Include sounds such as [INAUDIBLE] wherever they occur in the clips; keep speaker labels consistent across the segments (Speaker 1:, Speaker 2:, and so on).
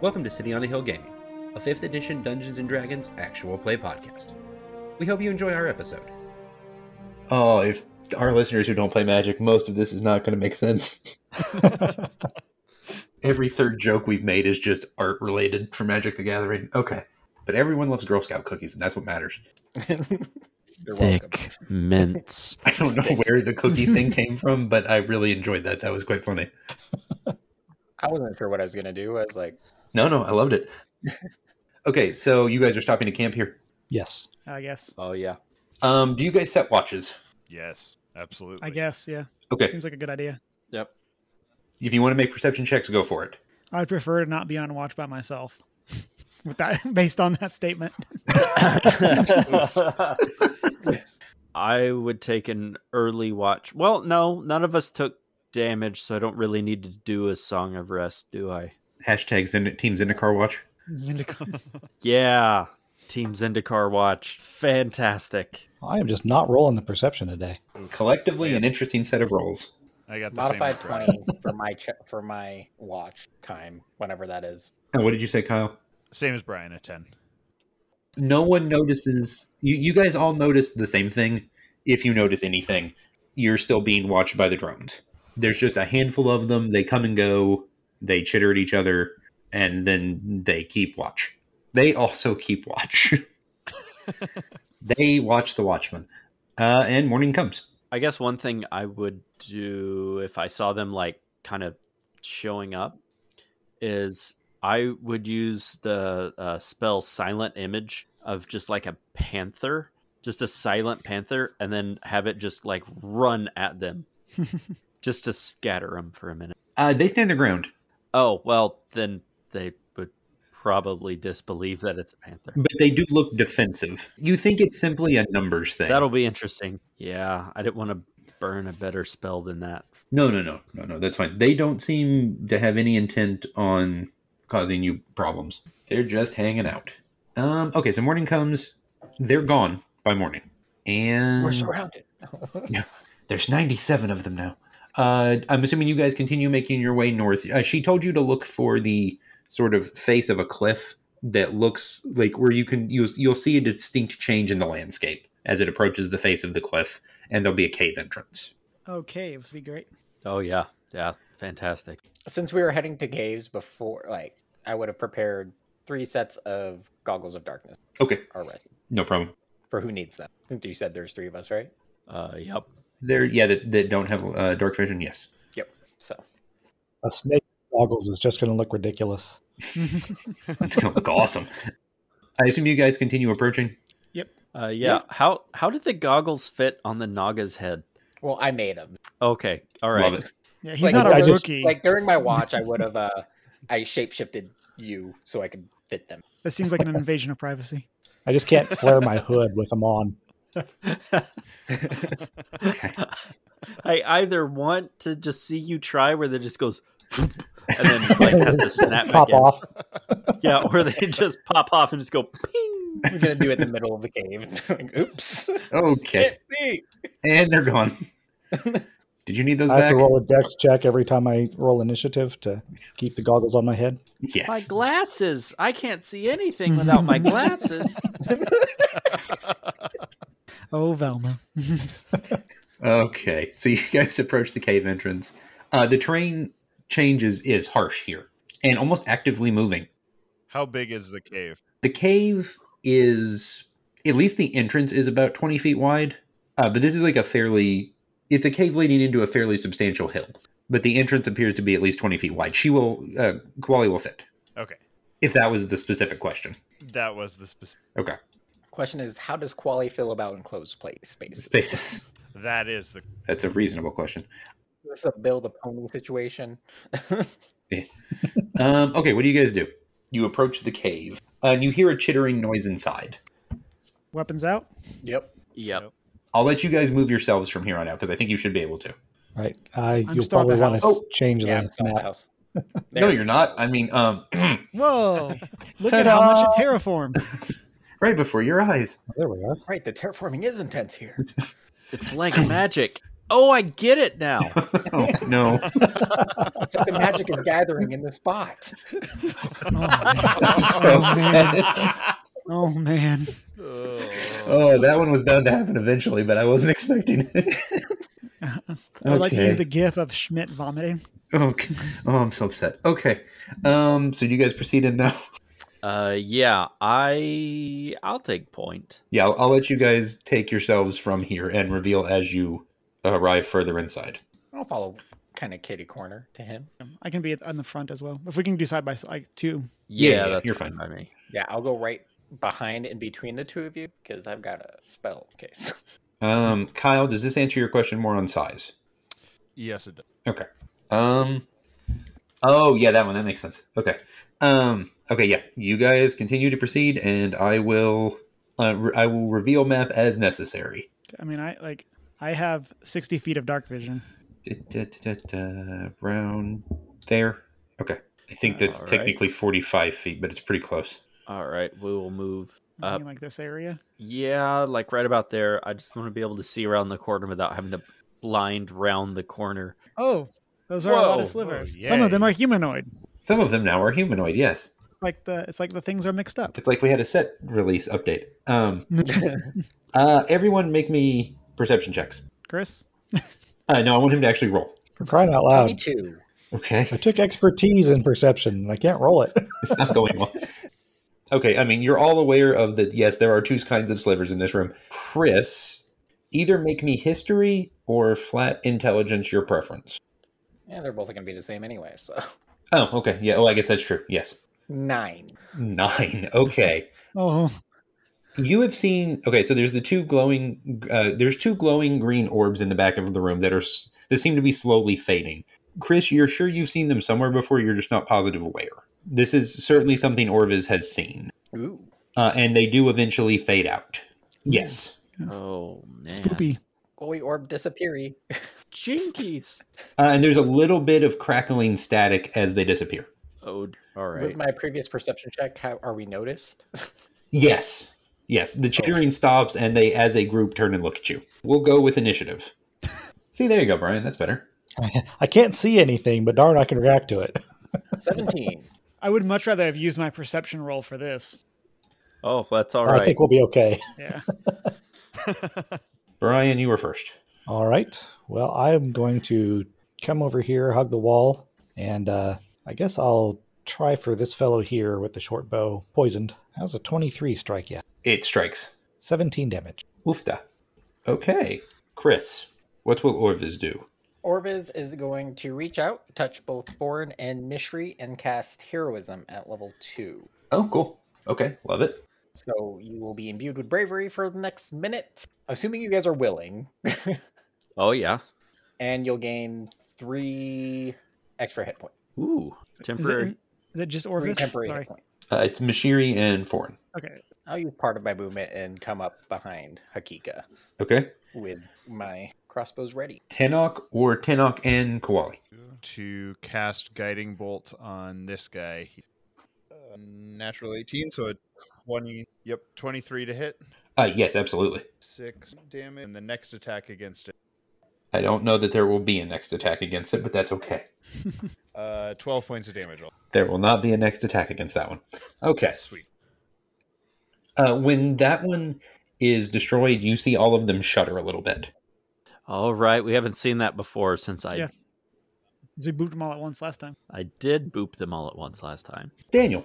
Speaker 1: Welcome to City on a Hill Gaming, a 5th edition Dungeons and Dragons actual play podcast. We hope you enjoy our episode.
Speaker 2: Oh, if our listeners who don't play Magic, most of this is not going to make sense. Every third joke we've made is just art related for Magic the Gathering. Okay. But everyone loves Girl Scout cookies, and that's what matters.
Speaker 1: You're
Speaker 3: thick
Speaker 2: [LAUGHS]
Speaker 3: mints.
Speaker 2: I don't know where the cookie thing came from, but I really enjoyed that. That was quite funny.
Speaker 4: I wasn't sure what I was gonna do. I was like,
Speaker 2: No, no, I loved it. Okay, so you guys are stopping to camp here.
Speaker 3: Yes.
Speaker 5: I guess.
Speaker 4: oh yeah,
Speaker 2: Um, do you guys set watches?
Speaker 6: Yes, absolutely.
Speaker 5: I guess, yeah.
Speaker 2: Okay.
Speaker 5: Seems like a good idea.
Speaker 4: yep.
Speaker 2: If you want to make perception checks, go for it.
Speaker 5: I'd prefer to not be on watch by myself. [LAUGHS] With that [LAUGHS] based on that statement.
Speaker 3: I would take an early watch. Well, no, none of us took damage, so I don't really need to do a song of rest, do I?
Speaker 2: Hashtag Zend- Team Zendikar watch.
Speaker 5: Zendikar.
Speaker 3: Yeah. Team Zendikar watch. Fantastic.
Speaker 7: I am just not rolling the perception today.
Speaker 2: Collectively, an interesting set of rolls.
Speaker 6: I got the
Speaker 4: Modified
Speaker 6: same. as Brad.
Speaker 4: twenty for my che- for my watch time, whenever that is.
Speaker 2: Now, what did you say, Kyle?
Speaker 6: Same as Brian at ten.
Speaker 2: no one notices you, you guys all notice the same thing if you notice anything you're still being watched by the drones there's just a handful of them they come and go they chitter at each other and then they keep watch they also keep watch [LAUGHS] they watch the watchman uh, and morning comes
Speaker 3: I guess one thing I would do if I saw them like kind of showing up is I would use the uh, spell silent image of just like a panther, just a silent panther, and then have it just like run at them just to scatter them for a minute.
Speaker 2: uh, they stand their ground
Speaker 3: Oh, well, then they would probably disbelieve that it's a panther.
Speaker 2: but they do look defensive you think it's simply a numbers thing
Speaker 3: That'll be interesting. Yeah, I didn't want to burn a better spell than that.
Speaker 2: No, no, no, no, no. That's fine. They don't seem to have any intent on causing you problems. They're just hanging out. Um. Okay. So morning comes. They're gone by morning. And
Speaker 4: We're surrounded.
Speaker 2: there's 97 of them now. Uh, I'm assuming you guys continue making your way north. Uh, she told you to look for the sort of face of a cliff that looks like where you can you'll, you'll see a distinct change in the landscape as it approaches the face of the cliff, and there'll be a cave entrance.
Speaker 5: oh, caves would be great.
Speaker 3: Oh, yeah. Yeah, fantastic.
Speaker 4: Since we were heading to caves before, like I would have prepared three sets of goggles of darkness
Speaker 2: Okay,
Speaker 4: already
Speaker 2: no problem.
Speaker 4: for who needs them. I think you said there's three of us, right?
Speaker 3: Uh, yep.
Speaker 2: There, yeah, that, that don't have uh, dark vision. Yes. [LAUGHS]
Speaker 4: So
Speaker 7: A snake with goggles is just going to look ridiculous.
Speaker 2: It's gonna look awesome. I assume you guys continue approaching.
Speaker 3: Uh, yeah. How how did the goggles fit on the Naga's head?
Speaker 4: well, I made them.
Speaker 3: Okay. All right.
Speaker 2: Love it.
Speaker 5: [LAUGHS] Yeah, he's not a
Speaker 7: I just-
Speaker 5: rookie.
Speaker 4: Like during my watch, I would have uh, I shapeshifted you so I could fit them.
Speaker 5: That seems like an invasion of privacy.
Speaker 7: I just can't
Speaker 5: [LAUGHS]
Speaker 7: flare my hood with them on.
Speaker 3: [LAUGHS] I either want to just see you try where they just goes and then like has
Speaker 7: [LAUGHS]
Speaker 3: to snap back
Speaker 7: Pop
Speaker 3: in.
Speaker 7: off.
Speaker 3: Yeah, or they just pop off and just go ping.
Speaker 4: We're gonna do it in the middle of the cave. [LAUGHS] like, Oops,
Speaker 2: Okay,
Speaker 4: can't see.
Speaker 2: and they're gone. Did you need those
Speaker 7: I have
Speaker 2: back?
Speaker 7: to roll a dex check every time I roll initiative to keep the goggles on my head.
Speaker 3: My
Speaker 2: Yes.
Speaker 3: glasses. I can't see anything without my glasses.
Speaker 5: Oh, Velma.
Speaker 2: Okay. [LAUGHS] So you guys approach the cave entrance. Uh, the terrain changes is harsh here and almost actively moving.
Speaker 6: How big is the cave?
Speaker 2: The cave is at least the entrance is about twenty feet wide, uh, but this is like a fairly it's a cave leading into a fairly substantial hill. But the entrance appears to be at least twenty feet wide. She will uh, Kawali will fit
Speaker 6: Okay,
Speaker 2: if that was the specific question.
Speaker 6: that was the specific.
Speaker 2: Okay.
Speaker 4: [LAUGHS] Question is, how does Quali feel about enclosed play space?
Speaker 2: Spaces.
Speaker 6: That is the.
Speaker 2: That's a reasonable question.
Speaker 4: Is this a build a pony situation?
Speaker 2: Um, okay, what do you guys do? You approach the cave, uh, and you hear a chittering noise inside.
Speaker 5: Weapons out.
Speaker 4: yep.
Speaker 3: Yep.
Speaker 2: I'll let you guys move yourselves from here on out because I think you should be able to.
Speaker 7: Right. I
Speaker 5: I'm
Speaker 7: you'll
Speaker 5: still at the
Speaker 7: probably want
Speaker 5: house.
Speaker 7: to
Speaker 5: Oh,
Speaker 4: [LAUGHS]
Speaker 7: change
Speaker 4: Yeah,
Speaker 7: that
Speaker 4: it's not the
Speaker 7: map.
Speaker 4: house. [LAUGHS]
Speaker 2: No,
Speaker 4: There.
Speaker 2: you're not. I mean, um, [CLEARS THROAT]
Speaker 5: Whoa. [LAUGHS] Look at how much it [LAUGHS] terraformed.
Speaker 2: right before your eyes. [LAUGHS]
Speaker 7: There we are.
Speaker 4: [LAUGHS] Right, the terraforming is intense here.
Speaker 3: It's like magic. Oh, I get it now.
Speaker 2: oh, no.
Speaker 5: [LAUGHS]
Speaker 2: [LAUGHS]
Speaker 4: It's like the magic is gathering in the spot.
Speaker 5: [LAUGHS] Oh man.
Speaker 2: So
Speaker 5: man.
Speaker 2: sad.
Speaker 5: Oh man.
Speaker 2: Oh, that one was bound to happen eventually, but I wasn't expecting
Speaker 5: [LAUGHS]
Speaker 2: it.
Speaker 5: I'd like to
Speaker 2: Okay.
Speaker 5: use the gif of Schmidt vomiting.
Speaker 2: Okay. Oh, I'm so upset. Okay. Um. So you guys proceeded now. [LAUGHS]
Speaker 3: Uh, yeah, I I'll take point.
Speaker 2: Yeah, I'll, I'll let you guys take yourselves from here and reveal as you arrive further inside.
Speaker 4: I'll follow kind of kitty corner to him.
Speaker 5: I can be at- on the front as well. If we can do side by side, like two.
Speaker 2: Yeah,
Speaker 3: Yeah,
Speaker 2: yeah,
Speaker 3: that's
Speaker 2: you're
Speaker 3: fine
Speaker 2: fine.
Speaker 3: by me.
Speaker 4: Yeah, I'll go right behind and between the two of you because I've got a spell [LAUGHS] case.
Speaker 2: Um, Kyle, does this answer your question more on size?
Speaker 6: [LAUGHS] Yes, it does.
Speaker 2: Um. Oh yeah, that one. That makes sense. Okay. Um. Okay. Yeah. You guys continue to proceed, and I will. Uh, re- I will reveal map as necessary.
Speaker 5: I mean, I like I have sixty feet of dark vision.
Speaker 2: Da-da-da-da-da, Around there. Okay. I think that's
Speaker 3: All right.
Speaker 2: technically forty-five feet, but it's pretty close.
Speaker 3: All right, we will move.
Speaker 5: I
Speaker 3: Uh,
Speaker 5: mean, like this area.
Speaker 3: Yeah, like right about there. I just want to be able to see around the corner without having to blind round the corner.
Speaker 5: Oh, those are a lot
Speaker 3: Whoa.
Speaker 5: of slivers. Oh, Some of them
Speaker 6: yay.
Speaker 5: are humanoid.
Speaker 2: Some of them now are humanoid. Yes.
Speaker 5: It's like the it's like the things are
Speaker 2: [LAUGHS]
Speaker 5: mixed up.
Speaker 2: It's like we had a set release update. Um, uh, everyone, make me perception checks.
Speaker 5: Chris,
Speaker 2: Uh, no, I want him to actually roll.
Speaker 7: For crying out
Speaker 4: Uh,
Speaker 7: loud.
Speaker 4: Twenty-two.
Speaker 2: Okay,
Speaker 7: I took expertise in perception and I can't roll it. [LAUGHS]
Speaker 2: it's not going well. Okay, I mean you're all aware of that. Yes, there are two kinds of slivers in this room. Chris, either make me history or flat intelligence, your preference.
Speaker 4: Yeah, they're both going to be the same anyway. So
Speaker 2: Oh, okay, yeah. Well, I guess that's true. Yes,
Speaker 4: nine.
Speaker 2: nine. Okay.
Speaker 5: oh,
Speaker 2: you have seen okay so there's the two glowing uh, there's two glowing green orbs in the back of the room that are s- that seem to be slowly fading chris you're sure you've seen them somewhere before you're just not positive where this is certainly something orvis has seen
Speaker 4: Ooh.
Speaker 2: uh, and they do eventually fade out yes
Speaker 3: Oh man,
Speaker 5: spoopy.
Speaker 4: Glowy orb disappearing.
Speaker 3: jinkies.
Speaker 2: uh, and there's a little bit of crackling static as they disappear
Speaker 3: Oh, all right.
Speaker 4: With my previous perception check, how are we noticed? [LAUGHS]
Speaker 2: yes yes the cheering stops and they as a group turn and look at you we'll go with [LAUGHS] initiative see there you go brian that's better
Speaker 7: I can't see anything, but darn, I can react to it.
Speaker 4: Seventeen.
Speaker 5: I would much rather have used my perception roll for this.
Speaker 3: Oh, that's all
Speaker 7: I
Speaker 3: right.
Speaker 7: think we'll be okay.
Speaker 5: Yeah.
Speaker 2: brian you were first
Speaker 7: All right. Well, I'm going to come over here, hug the wall, and uh, I guess I'll try for this fellow here with the short bow, poisoned. How's a 23 strike yet?
Speaker 2: it strikes
Speaker 7: 17 damage.
Speaker 2: Oofta. Okay. Chris, what will Orvis do?
Speaker 4: Orbiz is going to reach out, touch both Foreign and Mishri, and cast Heroism at level two.
Speaker 2: Oh, cool. Okay, love it.
Speaker 4: So you will be imbued with bravery for the next minute, assuming you guys are willing, [LAUGHS]
Speaker 3: Oh yeah.
Speaker 4: and you'll gain three extra hit points.
Speaker 3: Ooh,
Speaker 5: Is
Speaker 3: temporary.
Speaker 5: it, is it just
Speaker 4: Three
Speaker 5: Orvis?
Speaker 4: temporary
Speaker 5: Sorry.
Speaker 4: hit points.
Speaker 2: Uh, it's Mashiri and Foreign.
Speaker 5: Okay.
Speaker 4: I'll use part of my movement and come up behind Hakika
Speaker 2: Okay.
Speaker 4: with my crossbows ready.
Speaker 2: Tenok or Tenok and Kawali.
Speaker 6: To cast Guiding Bolt on this guy. He- Uh, natural 18, so a 20. Yep, 23 to hit.
Speaker 2: Uh, yes, absolutely.
Speaker 6: 6 damage. And the next attack against it.
Speaker 2: I don't know that there will be a next attack against it, but that's okay.
Speaker 6: Uh, 12 points
Speaker 4: [LAUGHS]
Speaker 6: of damage.
Speaker 4: Oh,
Speaker 6: all.
Speaker 2: There will not be a next attack against that one. Okay.
Speaker 6: Sweet.
Speaker 2: Uh, when that one is destroyed, you see all of them shudder a little bit.
Speaker 3: All right, we haven't seen that before since I
Speaker 5: Yeah. So we booped them all at once last time.
Speaker 3: I did boop them all at once last time.
Speaker 2: Daniel.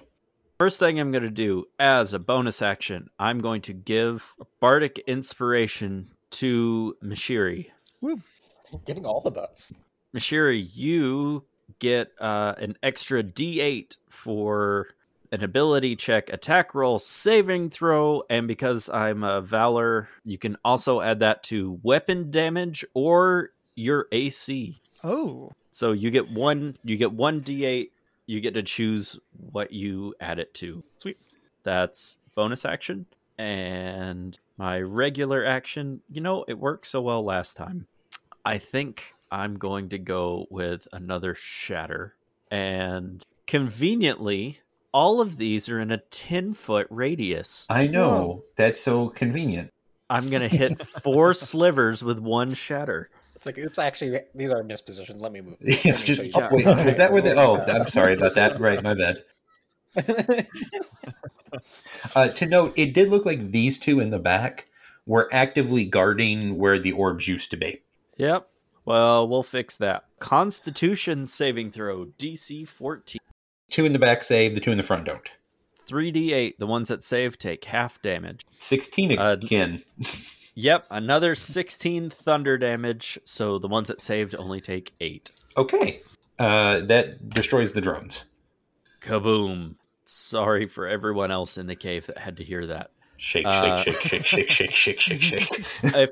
Speaker 3: First thing I'm going to do as a bonus action, I'm going to give bardic inspiration to Mashiri.
Speaker 4: Getting all the buffs.
Speaker 3: Mashiri, you get uh, an extra D8 for an ability check, attack roll, saving throw, and because I'm a valor, you can also add that to weapon damage or your AC.
Speaker 5: Oh,
Speaker 3: So you get one. You get one D8. You get to choose what you add it to.
Speaker 5: Sweet.
Speaker 3: That's bonus action and my regular action. You know, it worked so well last time. I think I'm going to go with another shatter. And conveniently, all of these are in a 10 foot radius.
Speaker 2: I know.
Speaker 5: Whoa.
Speaker 2: That's so convenient. [LAUGHS]
Speaker 3: I'm going to hit four slivers with one shatter.
Speaker 4: It's like, oops, actually, these are mispositioned. Let me
Speaker 2: [LAUGHS]
Speaker 4: move.
Speaker 2: It's
Speaker 4: Let me
Speaker 2: just-
Speaker 4: show you.
Speaker 2: oh, wait, is that where the? Oh, I'm sorry about that. Right, my bad. Uh, to note, it did look like these two in the back were actively guarding where the orbs used to be.
Speaker 3: Yep. Well, we'll fix that. Constitution saving throw DC 14.
Speaker 2: Two in the back save, the two in the front don't.
Speaker 3: 3d8. The ones that save take half damage.
Speaker 2: 16
Speaker 3: Uh,
Speaker 2: again. [LAUGHS]
Speaker 3: Yep, another 16 thunder damage. So the ones that saved only take 8.
Speaker 2: okay. Uh, that destroys the drones.
Speaker 3: Kaboom. Sorry for everyone else in the cave that had to hear that.
Speaker 2: Shake, shake,
Speaker 3: Uh,
Speaker 2: shake, shake, shake, shake, shake, shake, shake.
Speaker 3: if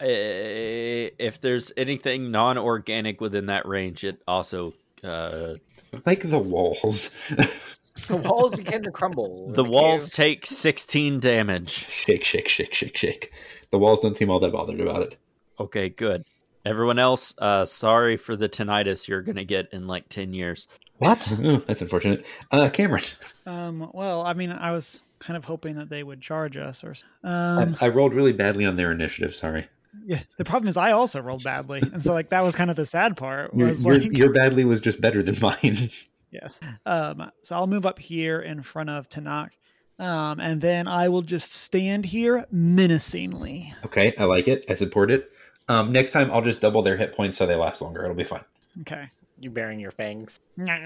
Speaker 3: eh, if there's anything non-organic within that range, it also uh,
Speaker 2: [LAUGHS] Like the walls.
Speaker 4: [LAUGHS] the walls begin to crumble.
Speaker 3: the walls take 16 damage.
Speaker 2: shake, shake, shake, shake, shake. The walls don't seem all that bothered about it.
Speaker 3: Okay, good. Everyone else, uh, sorry for the tinnitus you're gonna get in like 10 years.
Speaker 7: What?
Speaker 2: Oh, that's unfortunate. Uh, Cameron,
Speaker 5: Um, well, I mean, I was kind of hoping that they would charge us or. s-
Speaker 2: I-
Speaker 5: Um,
Speaker 2: I, rolled really badly on their initiative. Sorry.
Speaker 5: yeah. The problem is, I also rolled badly, and so like that was kind of the sad part.
Speaker 2: Your,
Speaker 5: Was
Speaker 2: your-
Speaker 5: like,
Speaker 2: your badly was just better than mine. [LAUGHS]
Speaker 5: yes. Um, so I'll move up here in front of Tanakh, um, and then I will just stand here menacingly.
Speaker 2: okay, I like it. I support it. Um, next time, I'll just double their hit points so they last longer. It'll be fine. [LAUGHS]
Speaker 5: Okay.
Speaker 4: You bearing your fangs.
Speaker 2: Ah,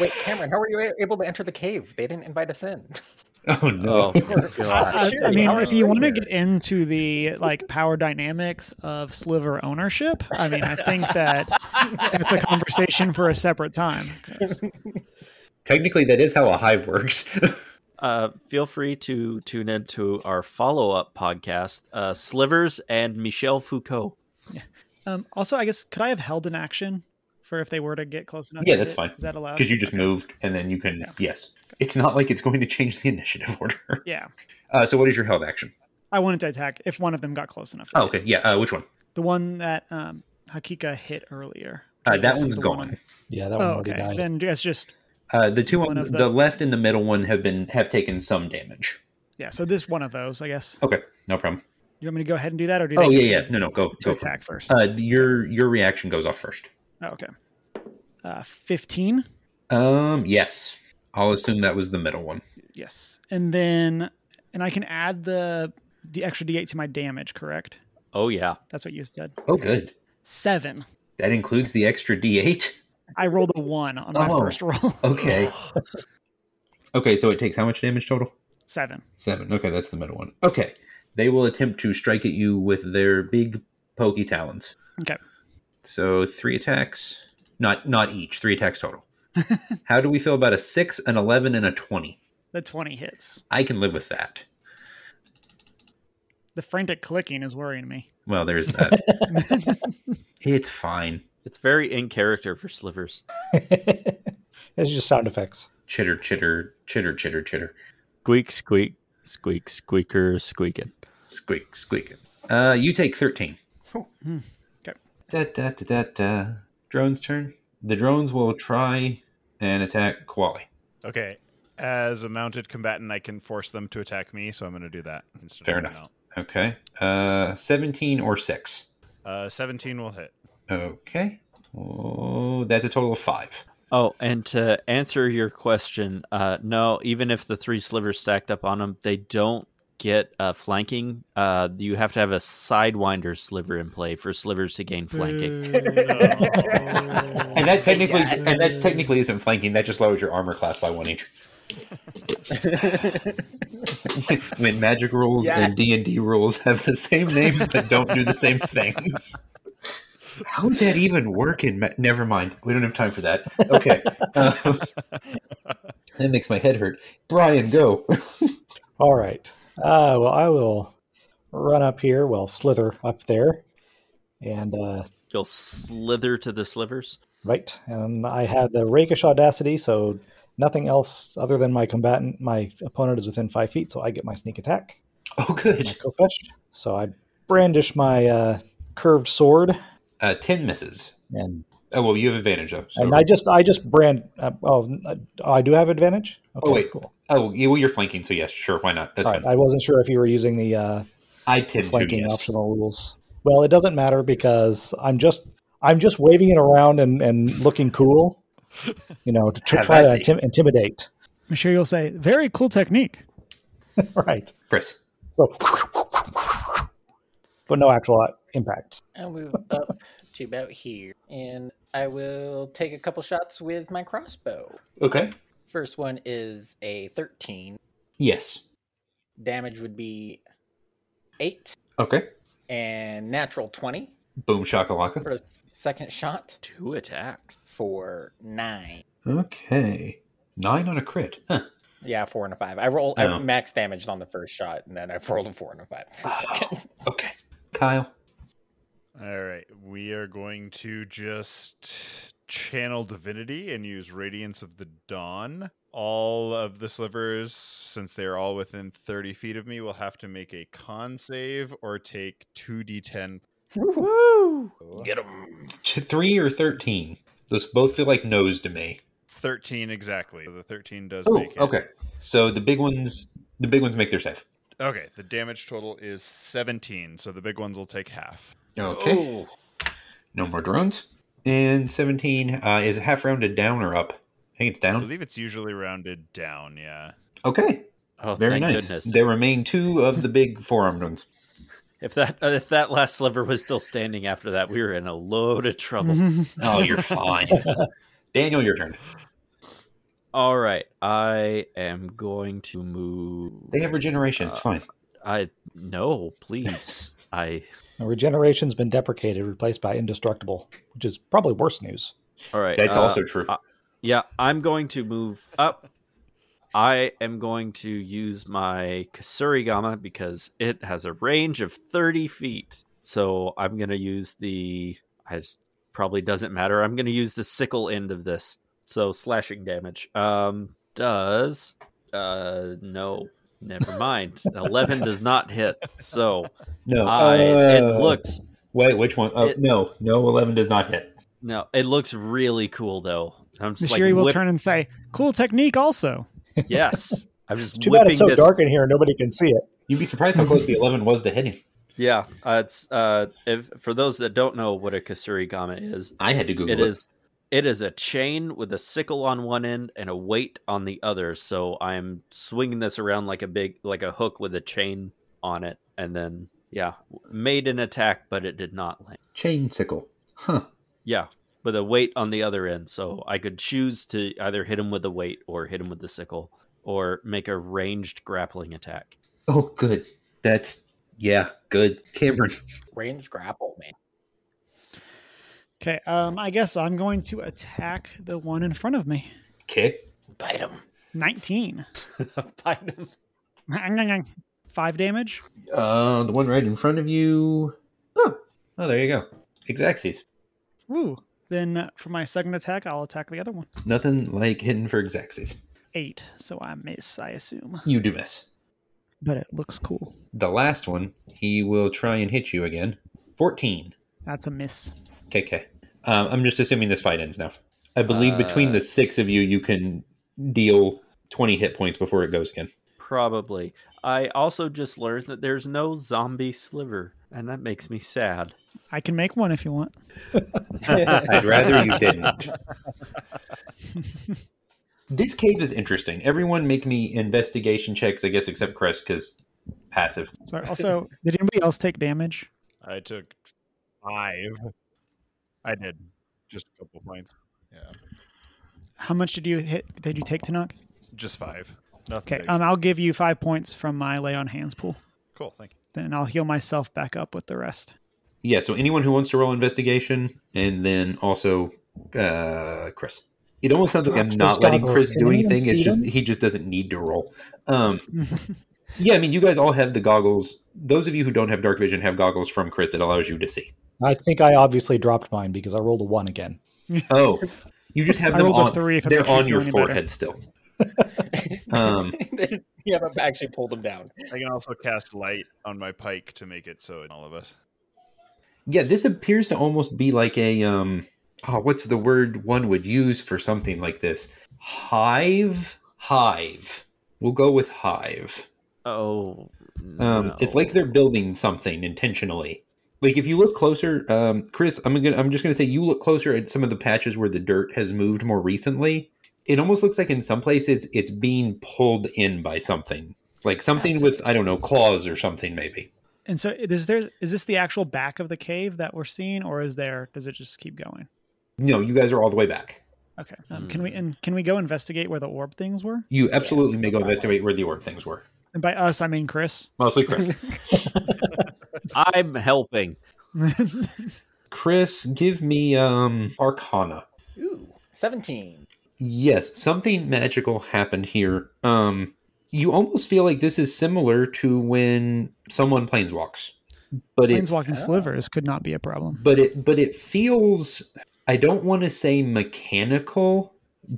Speaker 4: Wait, Cameron, how were you a- able to enter the cave? They didn't invite us in.
Speaker 2: Oh no!
Speaker 3: Oh, God.
Speaker 5: I, I
Speaker 4: Shitty,
Speaker 5: mean,
Speaker 4: how
Speaker 5: if
Speaker 4: are
Speaker 5: you
Speaker 4: you
Speaker 5: want to
Speaker 4: here?
Speaker 5: get into the like power dynamics of sliver ownership, I mean,
Speaker 2: [LAUGHS]
Speaker 5: I think that that's a conversation for a separate time. 'cause-
Speaker 2: Technically, that is how a hive works.
Speaker 3: [LAUGHS]
Speaker 2: [LAUGHS]
Speaker 3: Uh, feel free to tune in to our follow-up podcast, uh, Slivers and Michel Foucault.
Speaker 5: Um, also, I guess could I have held an action for if they were to get close enough?
Speaker 2: Yeah,
Speaker 5: to
Speaker 2: that's
Speaker 5: hit?
Speaker 2: fine.
Speaker 5: Is that allowed?
Speaker 2: Because you just moved, and then you can.
Speaker 5: Yeah.
Speaker 2: Yes, it's not like it's going to change the [LAUGHS] initiative order.
Speaker 5: Yeah,
Speaker 2: Uh, so, what is your held action?
Speaker 5: I wanted to attack if one of them got close enough.
Speaker 2: Oh, okay. Yeah. Uh, which one?
Speaker 5: The one that um, Hakika hit earlier.
Speaker 2: Uh,
Speaker 5: I guess
Speaker 2: that
Speaker 5: is
Speaker 2: one's
Speaker 5: the
Speaker 2: gone.
Speaker 5: one-
Speaker 7: Yeah, that one
Speaker 5: Oh,
Speaker 7: already
Speaker 5: okay.
Speaker 7: died.
Speaker 5: Then that's just
Speaker 2: Uh, the two
Speaker 5: One
Speaker 2: on
Speaker 5: of
Speaker 2: the
Speaker 5: the-
Speaker 2: left and the middle one have been have taken some damage.
Speaker 5: yeah. So this one of those, I guess.
Speaker 2: Okay, no problem.
Speaker 5: You want me to go ahead and do that, or do they
Speaker 2: Oh
Speaker 5: get
Speaker 2: yeah,
Speaker 5: to-
Speaker 2: yeah. No, no. Go
Speaker 5: to
Speaker 2: go. for it.
Speaker 5: attack first?
Speaker 2: Uh, your your reaction goes off first.
Speaker 5: Oh, okay. Uh, 15.
Speaker 2: Um, yes. I'll assume that was the middle one.
Speaker 5: Yes. And then, and I can add the the extra d8 to my damage, correct?
Speaker 3: Oh yeah,
Speaker 5: That's what you said.
Speaker 2: Oh, good.
Speaker 5: Seven.
Speaker 2: That includes the extra D8.
Speaker 5: I rolled a one on my
Speaker 2: Oh.
Speaker 5: first [LAUGHS] roll.
Speaker 2: Okay. okay, so it takes how much damage total?
Speaker 5: Seven.
Speaker 2: Seven. Okay, that's the middle one. Okay. They will attempt to strike at you with their big pokey talons.
Speaker 5: Okay.
Speaker 2: So three attacks. Not not each, three attacks
Speaker 5: [LAUGHS]
Speaker 2: total. how do we feel about a six, an eleven, and a twenty?
Speaker 5: The 20 hits.
Speaker 2: I can live with that.
Speaker 5: The frantic clicking is worrying me.
Speaker 2: Well, there's that.
Speaker 5: [LAUGHS]
Speaker 2: it's fine.
Speaker 3: it's very in character for Slivers.
Speaker 7: [LAUGHS] it's just sound effects.
Speaker 2: Chitter, chitter, chitter, chitter, chitter.
Speaker 3: Squeak, squeak, squeak, squeaker, squeaking.
Speaker 2: Squeak, squeaking. Uh, you take 13.
Speaker 5: Oh, hmm. Okay.
Speaker 2: Da, da, da, da, da. Drone's turn. The drones will try and attack Quali.
Speaker 6: Okay. As a mounted combatant, I can force them to attack me, so I'm going to do that. instead of
Speaker 2: Fair
Speaker 6: going
Speaker 2: enough. Okay. Uh, 17 or 6.
Speaker 6: out. Uh, 17 will hit.
Speaker 2: Okay. Oh, that's a total of 5.
Speaker 3: Oh, and to answer your question, uh, no, even if the three slivers stacked up on them, they don't get uh, flanking. Uh, you have to have a sidewinder sliver in play for slivers to gain flanking.
Speaker 2: And that technically and that technically isn't flanking. That just lowers your armor class by 1 each. when magic rules
Speaker 4: Yeah.
Speaker 2: and D&D rules have the same name but don't do the same things. How would that even work in ma- never mind. We don't have time for that. Okay. Um, that makes my head hurt. Brian, go.
Speaker 7: [LAUGHS]
Speaker 2: [LAUGHS]
Speaker 7: All right. Uh, well, I will run up here. Well, slither up there, and uh,
Speaker 3: You'll slither to the slivers.
Speaker 7: right. And I have the rakish audacity, so nothing else other than my combatant, my opponent is within five feet, so I get my sneak attack.
Speaker 2: Oh
Speaker 7: My
Speaker 2: good.
Speaker 7: Kopesh. So I brandish my uh, curved sword,
Speaker 2: Uh, 10 misses.
Speaker 7: and
Speaker 2: Oh well, you have advantage though. So.
Speaker 7: and I just I just brand. Uh, oh, I do have advantage.
Speaker 2: Oh, wait.
Speaker 7: cool.
Speaker 2: oh, you, well, you're flanking, so yes, sure, why not? That's
Speaker 7: All
Speaker 2: fine.
Speaker 7: right, I wasn't sure if you were using the uh,
Speaker 2: I tend to
Speaker 7: flanking
Speaker 2: yes.
Speaker 7: optional rules. Well, it doesn't matter because I'm just I'm just waving it around and, and looking cool, you know, to tr-
Speaker 2: Have
Speaker 7: try to
Speaker 2: at
Speaker 7: intim- intimidate. [LAUGHS]
Speaker 5: I'm sure you'll say, very cool technique.
Speaker 7: right.
Speaker 2: Chris.
Speaker 7: So, but no actual uh, impact.
Speaker 4: [LAUGHS] I'll move up to about here, and I will take a couple shots with my crossbow.
Speaker 2: Okay.
Speaker 4: First one is a 13.
Speaker 2: Yes.
Speaker 4: Damage would be 8
Speaker 2: Okay.
Speaker 4: and natural 20
Speaker 2: Boom shakalaka.
Speaker 4: for a s- second shot
Speaker 3: Two attacks.
Speaker 4: for 9.
Speaker 2: Okay. Nine on a crit. Huh.
Speaker 4: Yeah, 4 and a 5. I roll I
Speaker 2: Oh.
Speaker 4: max damage on the first shot, and then I've [LAUGHS] rolled a 4 and a 5 for the second.
Speaker 2: Okay. Kyle.
Speaker 6: All right, we are going to just channel divinity and use Radiance of the Dawn. All of the slivers, since they're all within 30 feet of me, will have to make a con save or take 2d10.
Speaker 3: Woo!
Speaker 6: Get
Speaker 2: T- Three or thirteen. Those both feel like no's to me.
Speaker 6: 13 exactly. So the 13 does
Speaker 2: Oh,
Speaker 6: make it.
Speaker 2: okay. So the big ones, the big ones make their save.
Speaker 6: Okay, the damage total is 17, so the big ones will take half.
Speaker 2: Okay. No more drones. And seventeen uh, is half rounded down or up. I think it's
Speaker 6: I
Speaker 2: down.
Speaker 6: believe it's usually rounded down, yeah.
Speaker 2: Okay.
Speaker 3: Oh,
Speaker 2: Very
Speaker 3: thank
Speaker 2: nice.
Speaker 3: goodness.
Speaker 2: There remain two of the big forearmed ones.
Speaker 3: If that uh, if that last sliver was still standing after that, we were in a load of trouble.
Speaker 5: Mm-hmm.
Speaker 2: Oh, you're
Speaker 3: [LAUGHS]
Speaker 2: fine. Daniel, your turn.
Speaker 3: All right, I am going to move.
Speaker 2: They have regeneration. It's
Speaker 3: Uh,
Speaker 2: fine.
Speaker 3: I no, please. I
Speaker 7: Now, regeneration's been deprecated, replaced by indestructible, which is probably worse news.
Speaker 3: all right.
Speaker 2: That's
Speaker 3: uh,
Speaker 2: also true.
Speaker 3: uh, yeah. I'm going to move up. I am going to use my Kasurigama because it has a range of 30 feet. So I'm going to use the. I just, probably doesn't matter. I'm going to use the sickle end of this. So slashing damage. Um, does uh no. Never mind. 11 does not hit.
Speaker 7: [LAUGHS]
Speaker 3: So
Speaker 2: no.
Speaker 3: I,
Speaker 2: Oh.
Speaker 3: uh, it looks
Speaker 2: Wait, which one? Oh,
Speaker 3: It-
Speaker 2: no, no, eleven does not hit.
Speaker 3: No, it looks really cool though. I'm just
Speaker 5: Mashiri
Speaker 3: like
Speaker 5: will
Speaker 3: whip-
Speaker 5: turn and say, cool technique also.
Speaker 3: Yes, I'm just
Speaker 7: Too bad
Speaker 3: whipping
Speaker 7: it's so
Speaker 3: this.
Speaker 7: dark in here, nobody can see it.
Speaker 2: You'd be surprised how close the eleven was to hitting.
Speaker 3: Yeah, uh, it's uh, if, for those that don't know what a kasurigama is,
Speaker 2: I had to Google
Speaker 3: it is it is a chain with a sickle on one end and a weight on the other. So I'm swinging this around like a big like a hook with a chain on it, and then yeah, made an attack, but it did not land.
Speaker 2: Chain sickle. Huh.
Speaker 3: Yeah, with a weight on the other end. So I could choose to either hit him with the weight or hit him with the sickle or make a ranged grappling attack.
Speaker 2: Oh, good. That's yeah, good. Cameron.
Speaker 4: Range grapple, man.
Speaker 5: Okay, um, I guess I'm going to attack the one in front of me.
Speaker 2: Okay.
Speaker 4: Bite him.
Speaker 5: 19.
Speaker 3: [LAUGHS] Find him.
Speaker 5: Five damage.
Speaker 2: Uh, the one right in front of you. Oh, oh, there you go. Exactsies.
Speaker 5: Woo. Then uh, for my second attack, I'll attack the other one.
Speaker 2: Nothing like hitting for exactsies.
Speaker 5: Eight. So I miss, I assume.
Speaker 2: You do miss.
Speaker 5: But it looks cool.
Speaker 2: The last one, he will try and hit you again. Fourteen.
Speaker 5: That's a miss.
Speaker 2: Okay, okay. Um, I'm just assuming this fight ends now. I believe between
Speaker 3: Uh,
Speaker 2: the six of you, you can deal 20 hit points before it goes again.
Speaker 3: Probably. I also just learned that there's no zombie sliver, and that makes me sad.
Speaker 5: I can make one if you want.
Speaker 2: I'd rather you didn't. this cave is interesting. Everyone make me investigation checks, I guess, except Chris, because passive. [LAUGHS]
Speaker 5: Sorry. Also, did anybody else take damage?
Speaker 6: I took five. I did. Just a couple points. Yeah.
Speaker 5: How much did you hit? Did you take to knock?
Speaker 6: Just five. Nothing.
Speaker 5: Okay.
Speaker 6: big.
Speaker 5: Um, I'll give you five points from my lay on hands pool.
Speaker 6: cool. Thank you.
Speaker 5: Then I'll heal myself back up with the rest. [LAUGHS]
Speaker 2: Yeah, so anyone who wants to roll investigation, and then also uh, Chris. It almost sounds like I'm
Speaker 7: Drops
Speaker 2: not
Speaker 7: those
Speaker 2: letting
Speaker 7: goggles.
Speaker 2: Chris
Speaker 7: Can
Speaker 2: do
Speaker 7: anyone
Speaker 2: anything. It's
Speaker 7: see
Speaker 2: just
Speaker 7: them?
Speaker 2: he just doesn't need to roll. Um, Yeah, I mean, you guys all have the goggles. Those of you who don't have dark vision have goggles from Chris that allows you to see.
Speaker 7: I think I obviously dropped mine because I rolled a
Speaker 3: [LAUGHS]
Speaker 7: one again.
Speaker 2: Oh, you just have
Speaker 5: I
Speaker 2: them
Speaker 5: rolled a
Speaker 2: on.
Speaker 5: three if it
Speaker 2: they're
Speaker 5: makes you
Speaker 2: on
Speaker 5: feel
Speaker 2: your
Speaker 5: any better.
Speaker 2: forehead still. Um,
Speaker 4: yeah, but I actually pulled him down.
Speaker 6: I can also cast light on my pike to make it so it- all of us.
Speaker 2: yeah, this appears to almost be like a um. Oh, what's the word one would use for something like this? Hive, hive. We'll go with hive.
Speaker 3: Oh,
Speaker 2: Um,
Speaker 3: no. Oh,
Speaker 2: It's like they're building something intentionally, Like if you look closer, um, Chris, I'm gonna I'm just gonna say you look closer at some of the patches where the dirt has moved more recently. It almost looks like in some places it's being pulled in by something, like something with I don't know claws or something maybe.
Speaker 5: And so is there is this the actual back of the cave that we're seeing, or is there does it just keep going?
Speaker 2: No, you guys are all the way back.
Speaker 5: Okay. Um, Can we and can we go investigate where the orb things were?
Speaker 2: You absolutely may go investigate where the orb things were.
Speaker 5: And by us, I mean Chris. [LAUGHS]
Speaker 2: Mostly Chris.
Speaker 3: I'm helping.
Speaker 2: Chris, give me um Arcana.
Speaker 4: Ooh, 17.
Speaker 2: Yes, something magical happened here. Um you almost feel like this is similar to when someone planeswalks. But it
Speaker 5: Planeswalking
Speaker 4: Oh.
Speaker 5: slivers could not be a problem.
Speaker 2: but it but it feels I don't want to say mechanical,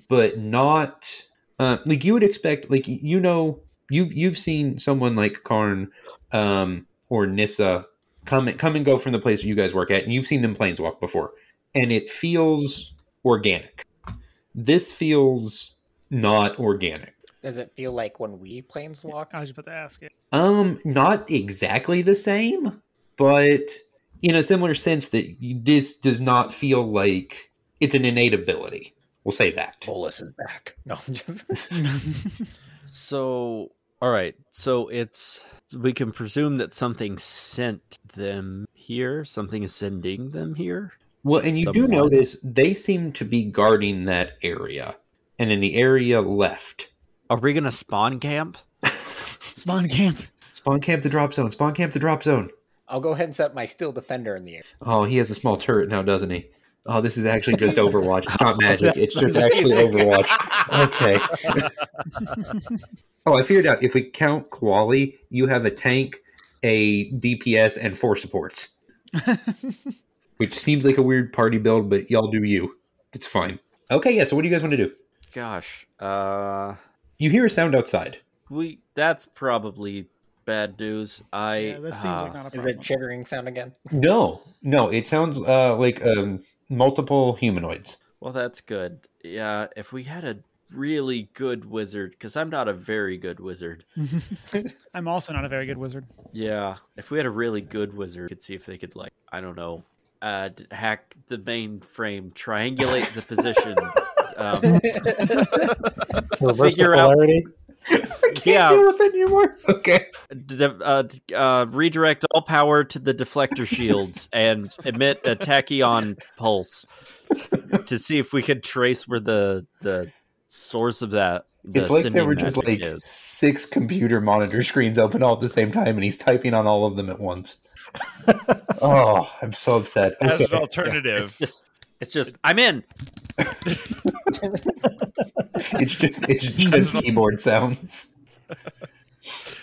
Speaker 2: but not uh, like you would expect like you know you've you've seen someone like Karn um, or Nissa come come and go from the place you guys work at, and you've seen them planeswalk before, and it feels organic. This feels not organic.
Speaker 4: Does it feel like when we planes walked?
Speaker 5: I was just about to ask it.
Speaker 2: Um, not exactly the same, but in a similar sense that you- this does not feel like it's an innate ability. We'll say that.
Speaker 4: Bolus is back. No, I'm just. [LAUGHS]
Speaker 3: So, all right. So it's we can presume that something sent them here. Something is sending them here.
Speaker 2: Well, and you do
Speaker 3: Someone.
Speaker 2: notice they seem to be guarding that area, and in the area left, [LAUGHS]
Speaker 3: Are we gonna spawn camp?
Speaker 5: [LAUGHS] Spawn [LAUGHS] camp.
Speaker 2: spawn camp the drop zone. Spawn camp the drop zone.
Speaker 4: I'll go ahead and set my steel defender in the air.
Speaker 2: Oh, he has a small turret now, doesn't he? Oh, this is actually just Overwatch. It's not magic. It's just actually Overwatch. okay. oh, I figured out if we count Quali, you have a tank, a DPS, and four supports, which seems like a weird party build, but y'all do you. It's fine. Okay, yeah. So, what do you guys want to do?
Speaker 3: Gosh, uh,
Speaker 2: You hear a sound outside.
Speaker 3: we that's probably bad news. I
Speaker 5: yeah, that seems like
Speaker 3: uh,
Speaker 5: not a
Speaker 4: Is
Speaker 5: problem.
Speaker 4: it chittering sound again?
Speaker 2: No, no. It sounds uh, like um, multiple humanoids.
Speaker 3: well, that's good. Yeah, if we had a really good wizard, because I'm not a very good wizard.
Speaker 5: [LAUGHS] I'm also not a very good wizard.
Speaker 3: Yeah, if we had a really good wizard, could see if they could like I don't know, uh, d- hack the mainframe, triangulate
Speaker 2: [LAUGHS]
Speaker 3: the position. Um,
Speaker 7: Reverse the
Speaker 3: Figure out-
Speaker 7: polarity.
Speaker 3: yeah,
Speaker 2: Can't deal with it anymore. Okay.
Speaker 3: d- uh, d- uh, redirect all power to the deflector shields and emit a tachyon pulse to see if we could trace where the the source of that. the
Speaker 2: It's like there
Speaker 3: sending
Speaker 2: were just
Speaker 3: magic
Speaker 2: like
Speaker 3: is.
Speaker 2: six computer monitor [LAUGHS] screens open all at the same time, and he's typing on all of them at
Speaker 3: [LAUGHS]
Speaker 2: once. oh, I'm so upset.
Speaker 6: As an
Speaker 2: Okay. [LAUGHS]
Speaker 6: alternative,
Speaker 3: It's just, it's just, I'm in.
Speaker 2: It's just it's just keyboard sounds.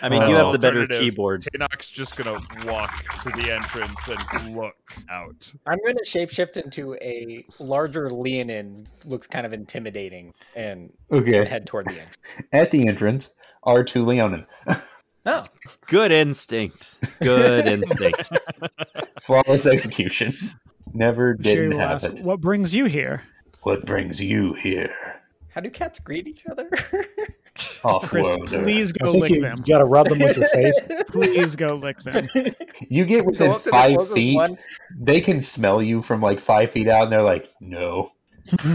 Speaker 3: I mean,
Speaker 2: As
Speaker 3: you
Speaker 2: an
Speaker 3: have the better
Speaker 6: alternative.
Speaker 3: keyboard.
Speaker 6: Tanok's just gonna walk to the entrance and look out.
Speaker 4: I'm going to shapeshift into a larger Leonin. Looks kind of intimidating and
Speaker 2: Okay.
Speaker 4: head toward the entrance.
Speaker 2: At the entrance are two Leonin.
Speaker 4: Oh,
Speaker 3: Good instinct. Good instinct.
Speaker 2: Flawless execution. Never
Speaker 5: I'm sure you
Speaker 2: didn't
Speaker 5: will
Speaker 2: have
Speaker 5: ask,
Speaker 2: it.
Speaker 5: what brings you here?
Speaker 2: What brings you here?
Speaker 4: how do cats greet each other?
Speaker 2: Off
Speaker 5: Chris, please
Speaker 7: I
Speaker 5: go
Speaker 7: think
Speaker 5: lick
Speaker 7: you
Speaker 5: them.
Speaker 7: gotta rub them
Speaker 3: [LAUGHS]
Speaker 4: [LAUGHS]
Speaker 7: with your face.
Speaker 5: Please go lick them.
Speaker 2: You get
Speaker 4: Go
Speaker 2: within
Speaker 4: up to the
Speaker 2: five
Speaker 4: closest
Speaker 2: feet,
Speaker 4: one.
Speaker 2: they can smell you from like five feet out, and they're like, "No,
Speaker 3: [LAUGHS]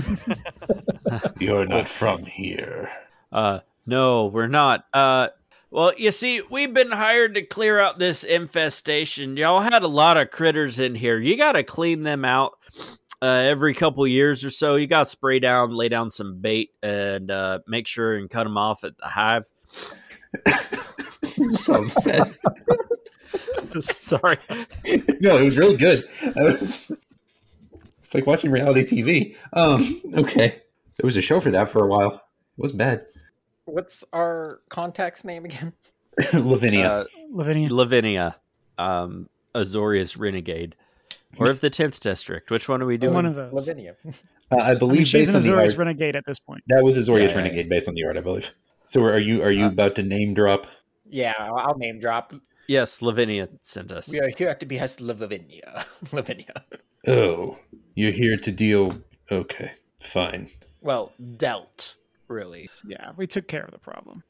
Speaker 2: you're not from here."
Speaker 3: Uh, no, we're not. Uh, well, you see, we've been hired to clear out this infestation. Y'all had a lot of critters in here. You got to clean them out uh, every couple years or so. You got to spray down, lay down some bait, and uh, make sure and cut them off at the hive. [LAUGHS]
Speaker 2: so upset.
Speaker 3: Sorry.
Speaker 2: [LAUGHS] No, it was really good. I was, it's like watching reality TV. Um, okay, there was a show for that for a while. It was bad.
Speaker 4: What's our contact's name again?
Speaker 2: Lavinia.
Speaker 3: Uh,
Speaker 5: Lavinia.
Speaker 3: Lavinia, um, Azorius Renegade, or of the Tenth District. Which one are we doing?
Speaker 5: One of those.
Speaker 4: Lavinia.
Speaker 2: Uh, I
Speaker 5: I
Speaker 2: believe
Speaker 5: mean, she's
Speaker 2: based
Speaker 5: an
Speaker 2: on the art,
Speaker 5: Azorius renegade at this point.
Speaker 2: that was Azorius
Speaker 3: Yeah, yeah, yeah.
Speaker 2: Renegade based on the art, I believe. So are you are you
Speaker 3: Uh,
Speaker 2: about to name drop?
Speaker 4: Yeah, I'll I'll name drop.
Speaker 3: yes, Lavinia sent us.
Speaker 4: We are here to behest Lavinia. [LAUGHS] Lavinia.
Speaker 2: Oh, you're here to deal. Okay, fine. [LAUGHS]
Speaker 4: Well, dealt, really.
Speaker 5: Yeah, we took care of the problem.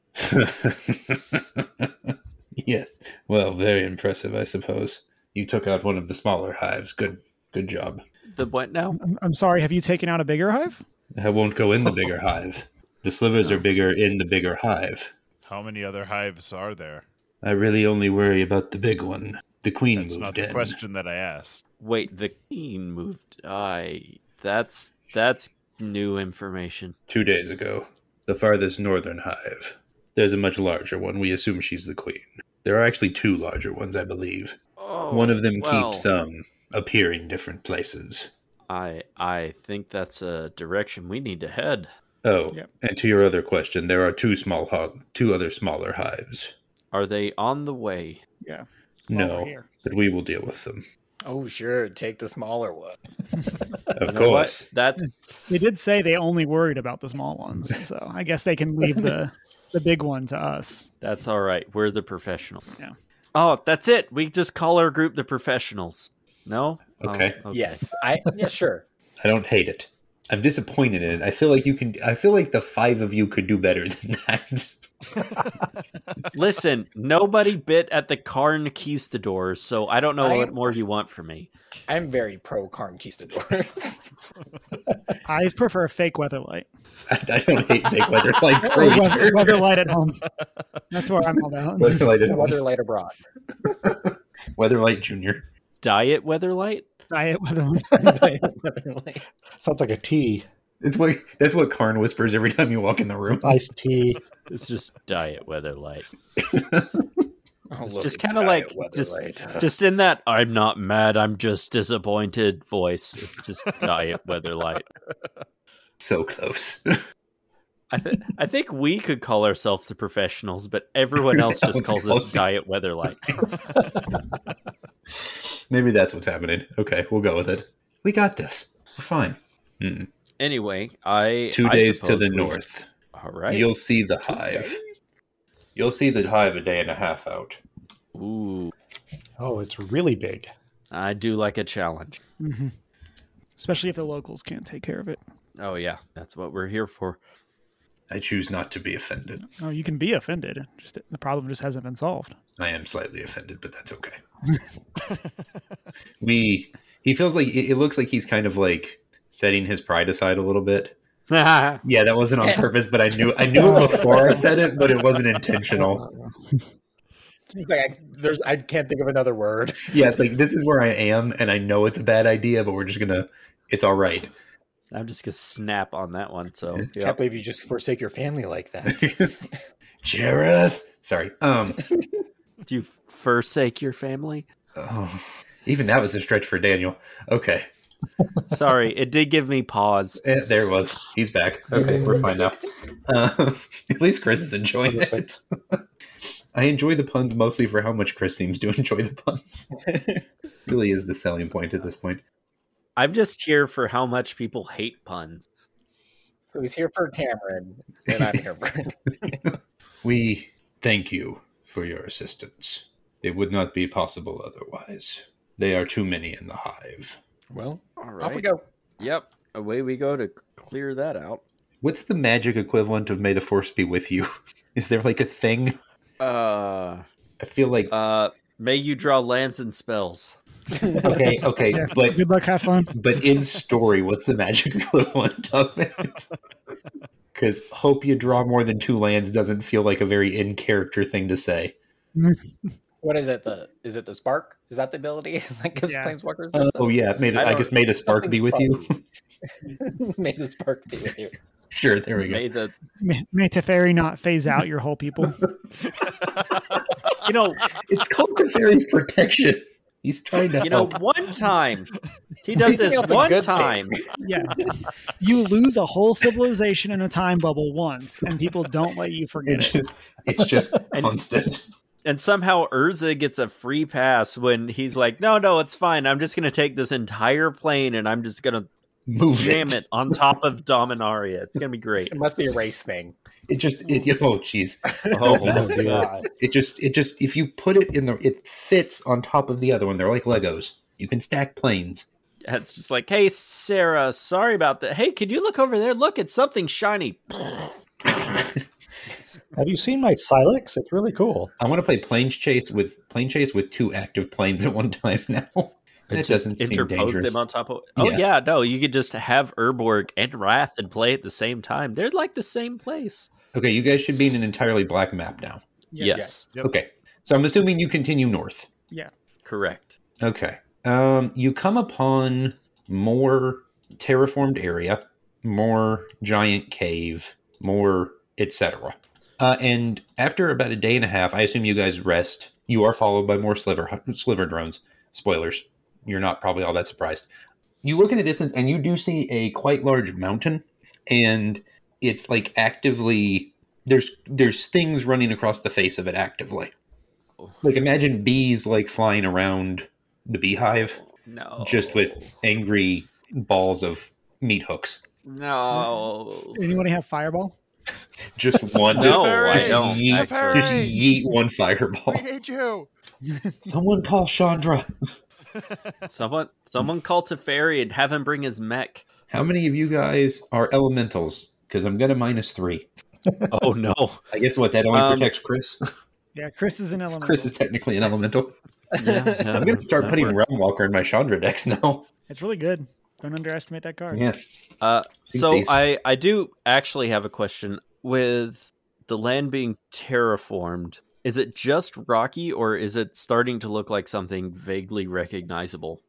Speaker 2: yes. Well, very impressive, I suppose.
Speaker 1: You took out one of the smaller hives. Good, good job.
Speaker 3: The what now?
Speaker 5: Oh, I'm, I'm sorry. Have you taken out a bigger hive?
Speaker 1: I won't go in the bigger hive. The slivers are bigger in the bigger hive.
Speaker 6: How many other hives are there?
Speaker 1: I really only worry about the big one. The queen
Speaker 6: That's
Speaker 1: moved
Speaker 6: not
Speaker 1: in.
Speaker 6: the question that I asked.
Speaker 3: Wait, the queen moved. I. That's that's new information.
Speaker 1: two days ago, the farthest northern hive. There's a much larger one. We assume she's the queen. There are actually two larger ones, I believe.
Speaker 3: Oh,
Speaker 1: One of them keeps um, appearing different places.
Speaker 3: I I think that's a direction we need to head.
Speaker 1: Oh,
Speaker 5: Yep.
Speaker 1: and to your other question, there are two small ho- two other smaller hives.
Speaker 3: Are they on the way?
Speaker 5: Yeah. While we're
Speaker 1: No,
Speaker 5: here.
Speaker 1: but we will deal with them.
Speaker 4: Oh, sure. Take the smaller one.
Speaker 3: You know
Speaker 1: Of
Speaker 3: what?
Speaker 1: course.
Speaker 3: That's
Speaker 5: They did say they only worried about the small
Speaker 1: [LAUGHS]
Speaker 5: ones, so I guess they can leave the the big one to us.
Speaker 3: that's all right. We're the professional.
Speaker 5: Yeah.
Speaker 3: Oh, that's it. We just call our group the professionals. No. Oh,
Speaker 1: Okay.
Speaker 4: Yes. [LAUGHS] I yeah, sure.
Speaker 1: I don't hate it. I'm disappointed in it. I feel like you can I feel like the five of you could do better [LAUGHS] than that.
Speaker 3: Listen, nobody bit at the Carn Keystadors, so I don't know
Speaker 4: I-
Speaker 3: what more you want from me.
Speaker 4: I'm very pro
Speaker 1: [LAUGHS]
Speaker 4: conquistadors.
Speaker 5: I prefer fake weather light.
Speaker 1: I, I don't hate fake weather like
Speaker 3: [LAUGHS]
Speaker 5: Or
Speaker 1: Crow
Speaker 5: weather, weather light at home. That's where I'm all about.
Speaker 1: [LAUGHS] Weatherlight, at home.
Speaker 4: Weather light abroad.
Speaker 1: Weatherlight Junior.
Speaker 3: Diet Weatherlight?
Speaker 5: Diet weather light.
Speaker 1: [LAUGHS]
Speaker 7: Sounds like a tea,
Speaker 1: It's what that's what Karn whispers every time you walk in the room.
Speaker 7: iced tea.
Speaker 3: It's just Diet
Speaker 4: [LAUGHS]
Speaker 3: Weatherlight.
Speaker 4: Oh,
Speaker 3: It's
Speaker 4: look,
Speaker 3: just
Speaker 4: it's
Speaker 3: kind of
Speaker 4: diet
Speaker 3: like
Speaker 4: weather
Speaker 3: just
Speaker 4: light. [LAUGHS]
Speaker 3: just in that I'm not mad, I'm just disappointed voice. It's just Diet Weatherlight.
Speaker 1: So close. [LAUGHS]
Speaker 3: I th- I think we could call ourselves the professionals, but everyone else just calls us Diet Weatherlight.
Speaker 1: Maybe that's what's happening. Okay, we'll go with it. We got this. We're fine. Mm.
Speaker 3: Anyway, I
Speaker 1: Two
Speaker 3: I
Speaker 1: days to
Speaker 3: suppose
Speaker 1: the
Speaker 3: we-
Speaker 1: north.
Speaker 3: All right.
Speaker 1: You'll see the hive. You'll see the hive a day and a half out.
Speaker 3: Ooh,
Speaker 7: Oh, it's really big.
Speaker 3: I do like a challenge.
Speaker 5: Mhm. Especially if the locals can't take care of it.
Speaker 3: Oh yeah, that's what we're here
Speaker 1: [LAUGHS]
Speaker 3: for.
Speaker 1: I choose not to be offended.
Speaker 5: Oh, you can be offended. Just the problem just hasn't been solved.
Speaker 1: I am slightly offended, but that's okay. we he feels like it, it looks like he's kind of like setting his pride aside a little bit.
Speaker 3: I
Speaker 1: Yeah, that wasn't on purpose, but I knew I knew it before I said it, but it
Speaker 7: [LAUGHS]
Speaker 1: wasn't intentional.
Speaker 4: He's like, I, there's, I can't think of another word.
Speaker 1: Yeah, it's like this is where I am, and I know it's a bad idea, but we're just gonna. It's all right. [LAUGHS]
Speaker 3: am just gonna snap on that one. So yeah.
Speaker 4: Can't believe you just forsake your family like
Speaker 1: [LAUGHS]
Speaker 4: that.
Speaker 1: Jareth, sorry. Um,
Speaker 3: do you forsake your family?
Speaker 1: oh, even that was a stretch for Daniel. Okay,
Speaker 3: Sorry, it did give me pause.
Speaker 1: eh, there it was. He's back. Okay, we're fine now. Um, [LAUGHS] at least Chris is enjoying it. [LAUGHS] I enjoy the puns mostly for how much Chris seems to enjoy the puns. [LAUGHS] really is the selling point at this point.
Speaker 3: I'm just here for how much people hate puns.
Speaker 4: so he's here for Cameron, and I'm here
Speaker 1: [LAUGHS]
Speaker 4: for.
Speaker 1: We thank you for your assistance. It would not be possible otherwise. They are too many in the hive.
Speaker 4: Well,
Speaker 3: All
Speaker 4: off we go.
Speaker 3: Yep. Away we go to clear that out.
Speaker 1: What's the magic equivalent of May the Force be with you? [LAUGHS] Is there like a thing?
Speaker 3: Uh
Speaker 1: I feel like
Speaker 3: uh may you draw lands and spells.
Speaker 1: okay, okay,
Speaker 5: Yeah.
Speaker 1: but
Speaker 5: Good luck, have fun.
Speaker 1: but in story, what's the magic [LAUGHS] equivalent of it? [LAUGHS] Because hope you draw more than two lands doesn't feel like a very in character thing to say.
Speaker 4: What is it? The is it the spark? Is that the ability? [LAUGHS] Is that gives
Speaker 5: Yeah.
Speaker 4: planeswalkers? or
Speaker 1: Oh yeah, may the,
Speaker 3: Uh, I
Speaker 1: I,
Speaker 3: don't-
Speaker 1: guess may the spark be with you.
Speaker 4: something? [LAUGHS] May the spark be with you.
Speaker 1: sure, there we go.
Speaker 3: May the
Speaker 5: May, may Teferi not phase out your whole people.
Speaker 3: you know
Speaker 1: It's called Teferi's protection. He's trying to
Speaker 3: you
Speaker 4: [LAUGHS]
Speaker 3: know
Speaker 1: help.
Speaker 3: one time he does this
Speaker 4: That's a
Speaker 3: one
Speaker 4: good thing.
Speaker 3: time.
Speaker 5: Yeah. You lose a whole civilization in a time bubble once, and people don't let you forget
Speaker 1: [LAUGHS] It's
Speaker 5: it.
Speaker 1: just, it's
Speaker 3: [LAUGHS]
Speaker 1: just constant.
Speaker 3: And somehow Urza gets a free pass when he's like, No, no, it's fine. I'm just gonna take this entire plane and I'm just gonna
Speaker 1: Move
Speaker 3: jam
Speaker 4: [LAUGHS]
Speaker 1: it.
Speaker 3: it on top of Dominaria. It's gonna be great.
Speaker 4: It must be a race thing.
Speaker 1: It just it, oh jeez.
Speaker 3: [LAUGHS] Oh,
Speaker 1: Oh,
Speaker 3: my God.
Speaker 1: it just it just if you put it in the it fits on top of the other one. They're like Legos. You can stack planes.
Speaker 3: It's just like, hey, Sarah, sorry about that. Hey, could you look over there? Look, it's something shiny.
Speaker 7: Have you seen my Silex? It's really cool.
Speaker 1: I want to play planes chase with plane chase with two active planes at one time [LAUGHS] now. That
Speaker 3: Just
Speaker 1: doesn't seem
Speaker 3: interpose
Speaker 1: dangerous.
Speaker 3: them on top of. Oh
Speaker 1: Yeah.
Speaker 3: yeah. no, you could just have Urborg and Wrath and play at the same time. They're like the same place.
Speaker 1: okay, you guys should be in an entirely black map now.
Speaker 3: Yes,
Speaker 6: Yep.
Speaker 1: Okay, so I'm assuming you continue north.
Speaker 3: correct.
Speaker 1: Okay. Um, you come upon more terraformed area, more giant cave, more etc. Uh, and after about a day and a half, I assume you guys rest. You are followed by more sliver sliver drones. Spoilers. You're not probably all that surprised. You look in the distance and you do see a quite large mountain, and it's like actively there's there's things running across the face of it actively. Like imagine bees like flying around the beehive,
Speaker 3: No,
Speaker 1: just with angry balls of meat hooks.
Speaker 3: no.
Speaker 5: Anybody have fireball?
Speaker 1: Just one.
Speaker 3: No,
Speaker 6: I
Speaker 1: just,
Speaker 3: don't,
Speaker 1: Yeet,
Speaker 6: actually.
Speaker 1: just yeet one fireball.
Speaker 6: We need you.
Speaker 1: Someone call Chandra.
Speaker 3: Someone, someone call Teferi and have him bring his mech.
Speaker 1: How many of you guys are elementals? Because I'm gonna minus three.
Speaker 3: Oh
Speaker 1: [LAUGHS]
Speaker 3: no,
Speaker 1: I guess what that only
Speaker 3: Um,
Speaker 1: protects Chris.
Speaker 5: Yeah, Chris is an element.
Speaker 1: Chris is technically an elemental.
Speaker 3: Yeah, yeah,
Speaker 1: [LAUGHS] I'm gonna start
Speaker 3: that
Speaker 1: putting
Speaker 3: works.
Speaker 1: Realmwalker in my Chandra decks now.
Speaker 5: It's really good. Don't underestimate that card.
Speaker 1: Yeah.
Speaker 3: Uh,
Speaker 1: See
Speaker 3: so
Speaker 1: these.
Speaker 3: I, I do actually have a question. With the land being terraformed, is it just rocky, or is it starting to look like something vaguely recognizable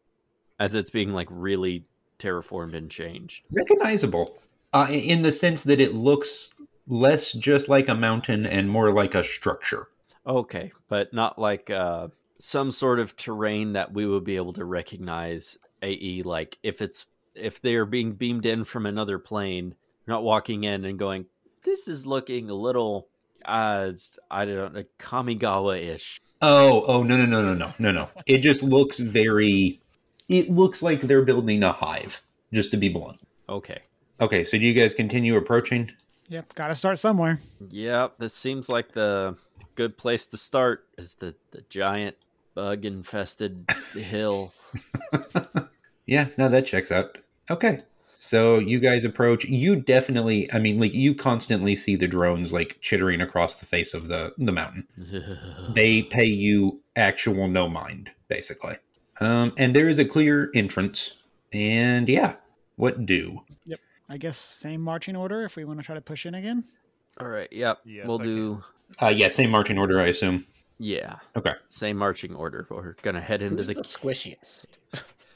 Speaker 3: as it's being like really terraformed and changed?
Speaker 1: recognizable uh, i- in the sense that it looks less just like a mountain and more like a structure.
Speaker 3: Okay, but not like uh, some sort of terrain that we would be able to recognize. A.E. Like if it's if they are being beamed in from another plane, you're not walking in and going, "This is looking a little." Uh, it's- I don't know, Kamigawa ish.
Speaker 1: Oh, oh no no no no no no no! It just looks very. It looks like they're building a hive. Just to be blunt.
Speaker 3: Okay.
Speaker 1: Okay, so do you guys continue approaching?
Speaker 5: Yep, got to start somewhere.
Speaker 3: Yep, this seems like the good place to start is the, the giant bug infested hill. [LAUGHS]
Speaker 1: Yeah, no, that checks out. Okay. So you guys approach. You definitely, I mean, like you constantly see the drones like chittering across the face of the the mountain. they pay you actual no mind, basically. Um, and there is a clear entrance. And yeah, what do?
Speaker 5: I guess same marching order if we want to try to push in again.
Speaker 3: All right, yep.
Speaker 6: Yes,
Speaker 3: we'll
Speaker 6: I
Speaker 3: do
Speaker 1: Uh, yeah, same marching order, I assume.
Speaker 3: yeah.
Speaker 1: Okay.
Speaker 3: Same marching order. We're gonna head into
Speaker 4: Who's the
Speaker 3: the
Speaker 4: squishiest?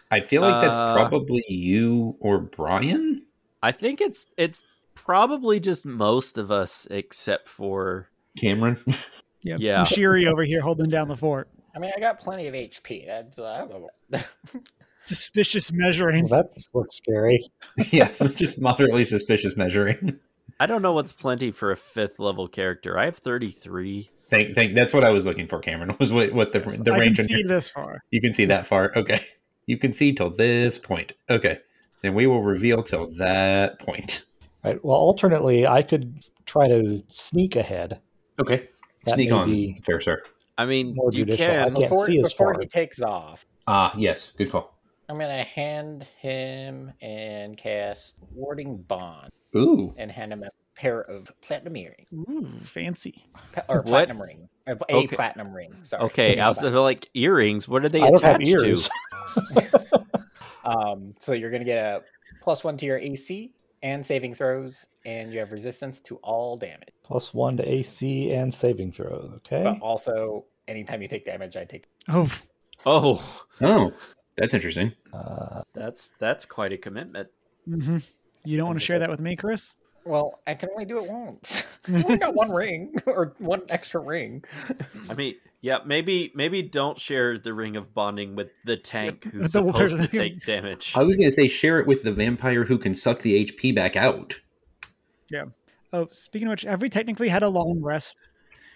Speaker 1: I feel like that's
Speaker 3: Uh,
Speaker 1: probably you or [LAUGHS] Brian.
Speaker 3: I think it's it's probably just most of us except for
Speaker 1: Cameron.
Speaker 5: Yep.
Speaker 3: Yeah.
Speaker 5: and Shiri over here holding down the fort.
Speaker 4: I mean, I got plenty of HP. That's, uh, [LAUGHS]
Speaker 5: Suspicious
Speaker 7: Well,
Speaker 5: measuring.
Speaker 7: that looks scary.
Speaker 1: yeah, [LAUGHS] just moderately suspicious measuring. [LAUGHS]
Speaker 3: I don't know what's plenty for a fifth level character. I have thirty three.
Speaker 1: Thank, thank. That's what I was looking for, Cameron. [LAUGHS] Was what, what [LAUGHS] the the
Speaker 5: I can
Speaker 1: range on
Speaker 5: see
Speaker 1: your-
Speaker 5: this far.
Speaker 1: You can see that far. Okay. You can see till this point. Okay. Then we will reveal till that point.
Speaker 7: Right. Well, alternately, I could try to sneak ahead.
Speaker 1: Okay.
Speaker 7: That
Speaker 1: Sneak
Speaker 7: may
Speaker 1: on,
Speaker 7: be-
Speaker 1: fair sir.
Speaker 3: I mean
Speaker 7: More
Speaker 3: you
Speaker 7: judicial. I
Speaker 3: can
Speaker 7: can't
Speaker 4: before,
Speaker 7: see as
Speaker 4: before
Speaker 7: far.
Speaker 4: he takes off,
Speaker 1: Ah, yes. Good call.
Speaker 4: I'm gonna hand him and cast warding bond
Speaker 1: Ooh.
Speaker 4: and hand him a pair of platinum earrings
Speaker 5: Ooh,
Speaker 7: Hmm.
Speaker 5: fancy.
Speaker 4: Pa- or
Speaker 3: What?
Speaker 4: platinum ring, a, a
Speaker 3: Okay.
Speaker 4: platinum ring.
Speaker 3: [LAUGHS]
Speaker 4: Sorry.
Speaker 3: Okay, I was like earrings. What are they
Speaker 7: I don't have
Speaker 3: attached to?
Speaker 7: ears. [LAUGHS]
Speaker 4: Um, so you're gonna get a plus one to your AC and saving throws, and you have resistance to all damage.
Speaker 7: Plus one to AC and saving throws. Okay.
Speaker 4: But also, anytime you take damage, I take.
Speaker 5: Oh,
Speaker 3: [LAUGHS] Oh,
Speaker 1: Oh, that's interesting.
Speaker 7: Uh,
Speaker 3: that's that's quite a commitment.
Speaker 5: hmm you don't want to share that with me, Chris?
Speaker 4: Well, I can only do it once. [LAUGHS] I only got
Speaker 7: [LAUGHS]
Speaker 4: one ring or one extra ring.
Speaker 3: I mean, yeah, maybe maybe don't share the ring of bonding with the tank who's
Speaker 5: the word-
Speaker 3: supposed to take damage.
Speaker 1: I was going to say share it with the vampire who can suck the HP back out.
Speaker 5: Oh, speaking of which, have we technically had a long rest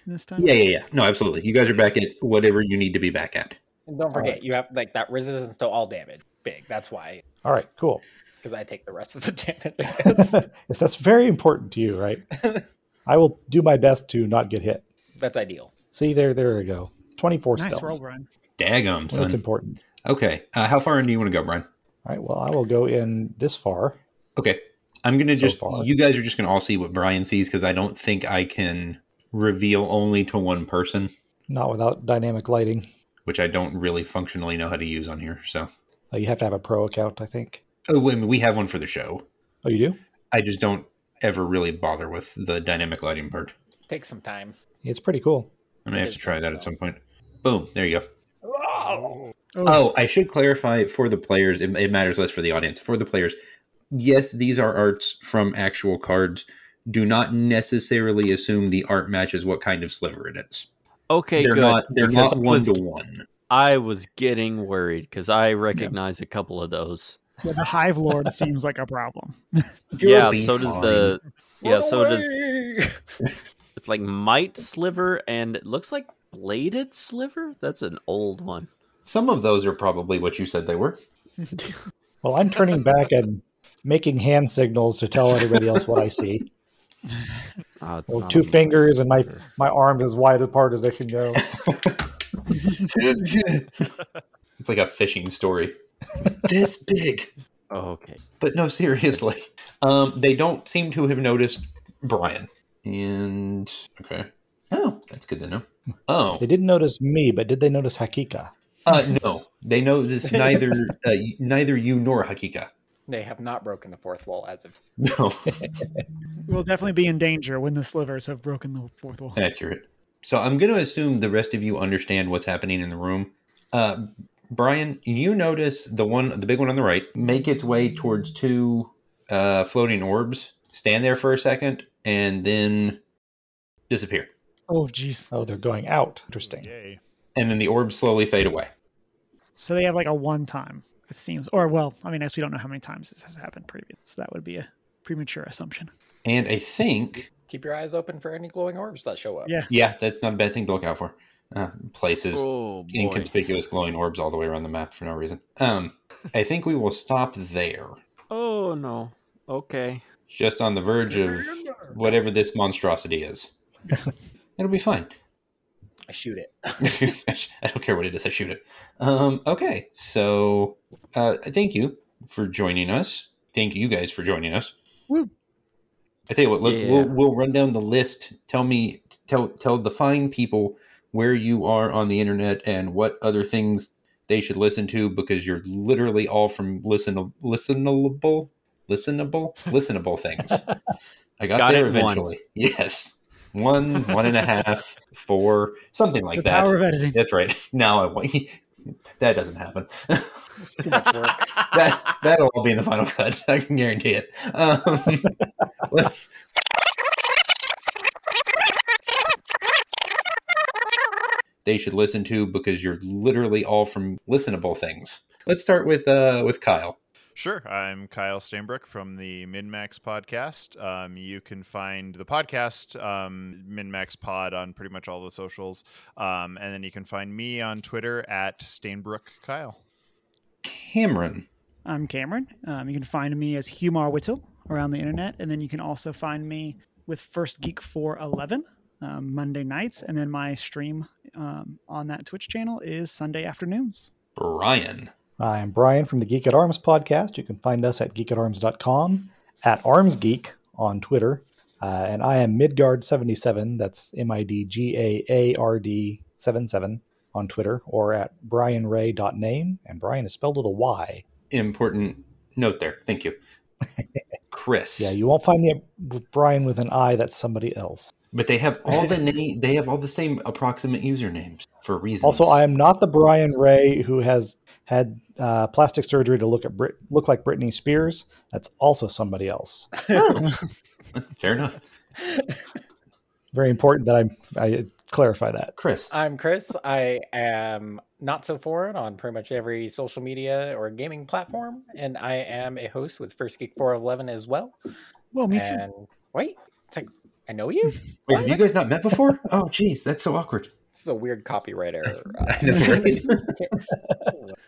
Speaker 5: this time?
Speaker 1: Yeah, yeah, yeah. No, absolutely. You guys are back at whatever you need to be back at.
Speaker 4: And don't forget, you have like that resistance to all damage. Big. That's why,
Speaker 7: all right.
Speaker 3: [LAUGHS]
Speaker 7: Cool.
Speaker 4: because I take the rest of the [LAUGHS] damage. I guess.
Speaker 7: If that's very important to you, right? I will do my best to not get hit.
Speaker 4: [LAUGHS] That's ideal.
Speaker 7: See there, there we go. Twenty-four
Speaker 5: Nice
Speaker 7: still.
Speaker 5: roll, Brian.
Speaker 1: Dagum,
Speaker 7: When it's
Speaker 1: son.
Speaker 7: important.
Speaker 1: Okay. Uh, how far in do you want to go, Brian?
Speaker 7: All right. Well, I will go in this far.
Speaker 1: Okay. I'm going to
Speaker 7: So
Speaker 1: just,
Speaker 7: far.
Speaker 1: you guys are just going to all see what Brian sees because I don't think I can reveal only to one person,
Speaker 7: Not without dynamic lighting.
Speaker 1: which I don't really functionally know how to use on here. So,
Speaker 7: Uh, you have to have a pro account, I think.
Speaker 1: oh, wait, we have one for the show.
Speaker 7: Oh, you do?
Speaker 1: I just don't ever really bother with the dynamic lighting part.
Speaker 4: Take some time.
Speaker 7: It's pretty cool.
Speaker 1: I may have
Speaker 4: It's
Speaker 1: to try
Speaker 4: fun
Speaker 1: that at
Speaker 4: stuff.
Speaker 1: some point. Boom, there you go.
Speaker 5: Oh,
Speaker 1: Oh, I should clarify for the players, it, it matters less for the audience. For the players, yes, these are arts from actual cards. Do not necessarily assume the art matches what kind of sliver it is.
Speaker 3: Okay,
Speaker 1: they're
Speaker 3: good.
Speaker 1: not they're
Speaker 3: because
Speaker 1: not
Speaker 3: I
Speaker 1: one
Speaker 3: was-
Speaker 1: to one.
Speaker 3: I was getting worried because I recognize a couple of those.
Speaker 5: yeah, the Hive Lord seems like a problem.
Speaker 3: yeah,
Speaker 1: be
Speaker 3: so does
Speaker 1: fine.
Speaker 3: the yeah,
Speaker 4: Run
Speaker 3: so does
Speaker 4: away!
Speaker 3: [LAUGHS] it's like might sliver and it looks like bladed sliver. That's an old one.
Speaker 1: Some of those are probably what you said they were.
Speaker 7: Well, I'm turning back and making hand signals to tell everybody else what I see.
Speaker 3: Oh, it's
Speaker 7: Well,
Speaker 3: not
Speaker 7: two
Speaker 3: a might
Speaker 7: fingers and my-
Speaker 3: sliver.
Speaker 7: My arms as wide apart as they
Speaker 3: [LAUGHS]
Speaker 7: can go.
Speaker 1: it's like a fishing story. this big.
Speaker 3: Oh, okay.
Speaker 1: But no, seriously. Um, they don't seem to have noticed Brian. And okay. Oh, that's good to know. Oh,
Speaker 7: They didn't notice me, but did they notice Hakika?
Speaker 1: uh, no, they noticed neither uh, neither you nor Hakika.
Speaker 4: They have not broken the fourth wall as of.
Speaker 1: No,
Speaker 5: We'll definitely be in danger when the slivers have broken the fourth wall.
Speaker 1: [LAUGHS] accurate. So I'm going to assume the rest of you understand what's happening in the room. Uh, Brian, you notice the one, the big one on the right, make its way towards two uh, floating orbs. Stand there for a second, and then disappear.
Speaker 5: Oh, jeez.
Speaker 7: Oh, they're going out. Interesting.
Speaker 6: Yay.
Speaker 1: And then the orbs slowly fade away.
Speaker 5: So they have like a one time, it seems. Or, well, I mean, I guess we don't know how many times this has happened previous. So that would be a premature assumption.
Speaker 1: And I think,
Speaker 4: Keep your eyes open for any glowing orbs that show up.
Speaker 5: Yeah.
Speaker 1: yeah, that's not a bad thing to look out for. Uh, places
Speaker 3: Oh boy.
Speaker 1: inconspicuous glowing orbs all the way around the map for no reason. Um, I think we will stop there,
Speaker 3: Oh no. [LAUGHS] Okay.
Speaker 1: just on the verge of whatever this monstrosity is. It'll be fine.
Speaker 4: I shoot it.
Speaker 1: [LAUGHS] I don't care what it is. I shoot it. Um, okay, so uh, thank you for joining us. Thank you guys for joining us.
Speaker 5: Woo.
Speaker 1: I tell you what, look,
Speaker 3: Yeah.
Speaker 1: we'll we'll run down the list. Tell me, tell tell the fine people where you are on the internet and what other things they should listen to because you're literally all from listen listenable listenable listenable things. I got,
Speaker 3: Got
Speaker 1: there
Speaker 3: it, one.
Speaker 1: eventually. [LAUGHS] Yes, one,
Speaker 5: [LAUGHS]
Speaker 1: one and a half, four, something like
Speaker 5: the
Speaker 1: that.
Speaker 5: power of editing.
Speaker 1: That's right. [LAUGHS] Now I want that doesn't happen. [LAUGHS]
Speaker 4: It's too much work.
Speaker 5: [LAUGHS]
Speaker 1: that that'll all be in the final cut. [LAUGHS] I can guarantee it. Um, [LAUGHS] let's they should listen to because you're literally all from listenable things. Let's start with uh with Kyle.
Speaker 6: Sure. I'm Kyle Steinbrook from the MinMax podcast. Um, you can find the podcast, um, MinMax Pod, on pretty much all the socials. Um, and then you can find me on Twitter at Steinbrook Kyle.
Speaker 1: Cameron.
Speaker 5: I'm Cameron. Um, you can find me as Humar Whittle around the internet, and then you can also find me with First Geek 411 um, Monday nights, and then my stream um, on that Twitch channel is Sunday afternoons.
Speaker 1: Brian.
Speaker 7: I'm Brian from the Geek at Arms podcast. You can find us at geekatarms.com, at armsgeek on Twitter, uh, and I am Midgard77, that's M I D G A A R D 77 on Twitter, or at brianray.name, and Brian is spelled with a Y.
Speaker 1: Important note there.
Speaker 5: [LAUGHS]
Speaker 1: Thank you. Chris.
Speaker 7: Yeah, you won't find me at Brian with an I, that's somebody else.
Speaker 1: But they have all [LAUGHS] the name. They have all the same approximate usernames for reasons.
Speaker 7: Also, I am not the Brian Ray who has had uh, plastic surgery to look at Brit- look like Britney Spears. That's also somebody else.
Speaker 1: [LAUGHS] fair enough.
Speaker 7: Very important that I'm, I clarify that.
Speaker 1: Chris,
Speaker 4: I'm Chris. I am not so foreign on pretty much every social media or gaming platform, and I am a host with First Geek 411 as well.
Speaker 5: Well, me too.
Speaker 4: and wait, it's like I know you. this
Speaker 1: wait, have you guys not met before? [LAUGHS] Oh, jeez, that's so awkward.
Speaker 4: is a weird copyright error.
Speaker 1: [LAUGHS]
Speaker 4: uh,
Speaker 1: I know, right?
Speaker 4: [LAUGHS]
Speaker 1: [LAUGHS]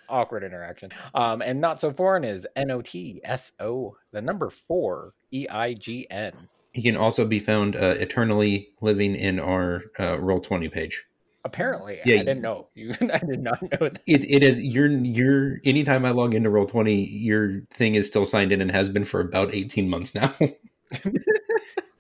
Speaker 4: awkward interaction. Um, and not so foreign is N O T S O, the number four E I G N.
Speaker 1: he can also be found uh, eternally living in our uh, roll twenty page.
Speaker 4: Apparently,
Speaker 1: Yeah,
Speaker 4: I
Speaker 1: you-
Speaker 4: didn't know. You, [LAUGHS] I did not know that.
Speaker 1: It, it is your your anytime I log into roll twenty, your thing is still signed in and has been for about eighteen months now.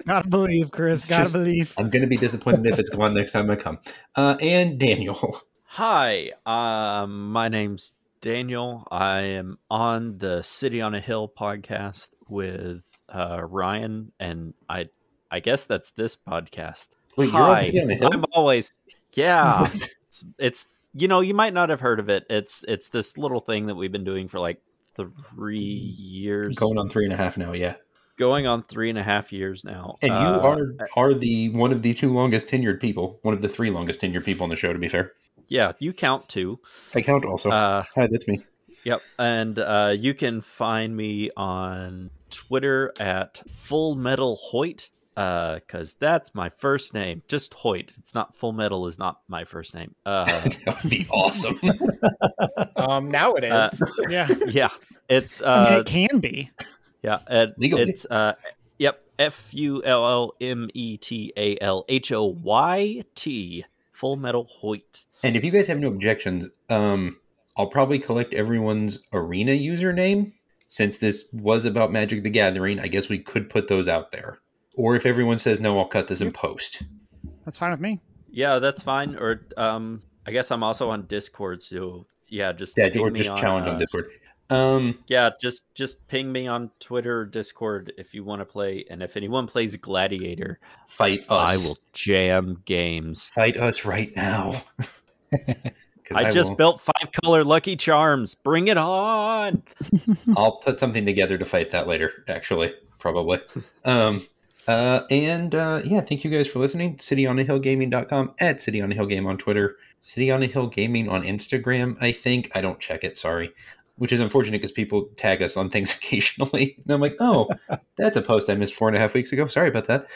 Speaker 5: Gotta believe, Chris. Gotta
Speaker 1: Just-
Speaker 5: believe.
Speaker 1: [LAUGHS] I'm going to be disappointed if it's gone next time I come. Uh, and Daniel. [LAUGHS]
Speaker 3: Hi, um, my name's Daniel. I am on the City on a Hill podcast with uh, Ryan, and I, I guess that's this podcast.
Speaker 1: Wait, you're on
Speaker 3: Hi,
Speaker 1: City on a Hill?
Speaker 3: I'm always
Speaker 1: [LAUGHS]
Speaker 3: yeah. it's, it's you know you might not have heard of it. It's it's this little thing that we've been doing for like three years,
Speaker 1: Going on three and a half now, yeah.
Speaker 3: going on three and a half years now.
Speaker 1: And you
Speaker 3: Uh,
Speaker 1: are are the one of the two longest tenured people, one of the three longest tenured people on the show. To be fair,
Speaker 3: yeah, you count too.
Speaker 1: I count also.
Speaker 3: Uh,
Speaker 1: Hi, that's me.
Speaker 3: Yep. And uh, you can find me on Twitter at Full Metal Hoyt, because that's my first name. Just Hoyt. It's not Full Metal, is not my first name.
Speaker 1: [LAUGHS]
Speaker 3: Uh,
Speaker 1: [LAUGHS] That would be awesome. [LAUGHS]
Speaker 4: Um, now it is.
Speaker 3: Uh,
Speaker 5: Yeah.
Speaker 3: yeah. It's
Speaker 5: I mean,
Speaker 3: uh,
Speaker 5: it can be.
Speaker 3: yeah. It,
Speaker 1: Legally.
Speaker 3: It's uh, yep. F U L L M E T A L H O Y T. Full Metal Hoyt.
Speaker 1: [LAUGHS] and if you guys have no objections, um, I'll probably collect everyone's arena username since this was about Magic the Gathering. I guess we could put those out there. Or if everyone says no, I'll cut this in post.
Speaker 5: That's fine with me.
Speaker 3: Yeah, that's fine. Or um, I guess I'm also on Discord, so yeah, just
Speaker 1: Yeah,
Speaker 3: ping
Speaker 1: or
Speaker 3: me
Speaker 1: just challenge
Speaker 3: uh,
Speaker 1: on Discord. Um,
Speaker 3: yeah just just ping me on twitter or discord if you want to play and if anyone plays gladiator
Speaker 1: fight us.
Speaker 3: i will jam games
Speaker 1: fight us right now. [LAUGHS] 'Cause
Speaker 3: i, just
Speaker 1: will-
Speaker 3: built five color lucky charms bring it on
Speaker 1: I'll put something together to fight that later, actually, probably. um, uh, and uh, yeah, thank you guys for listening. CityOnAHillGaming.com at City on a Hill Game on Twitter, City on a Hill Gaming on Instagram, I think. I don't check it, sorry. Which is unfortunate because people tag us on things [LAUGHS] occasionally. And I'm like, oh, that's a post I missed four and a half weeks ago. Sorry about that.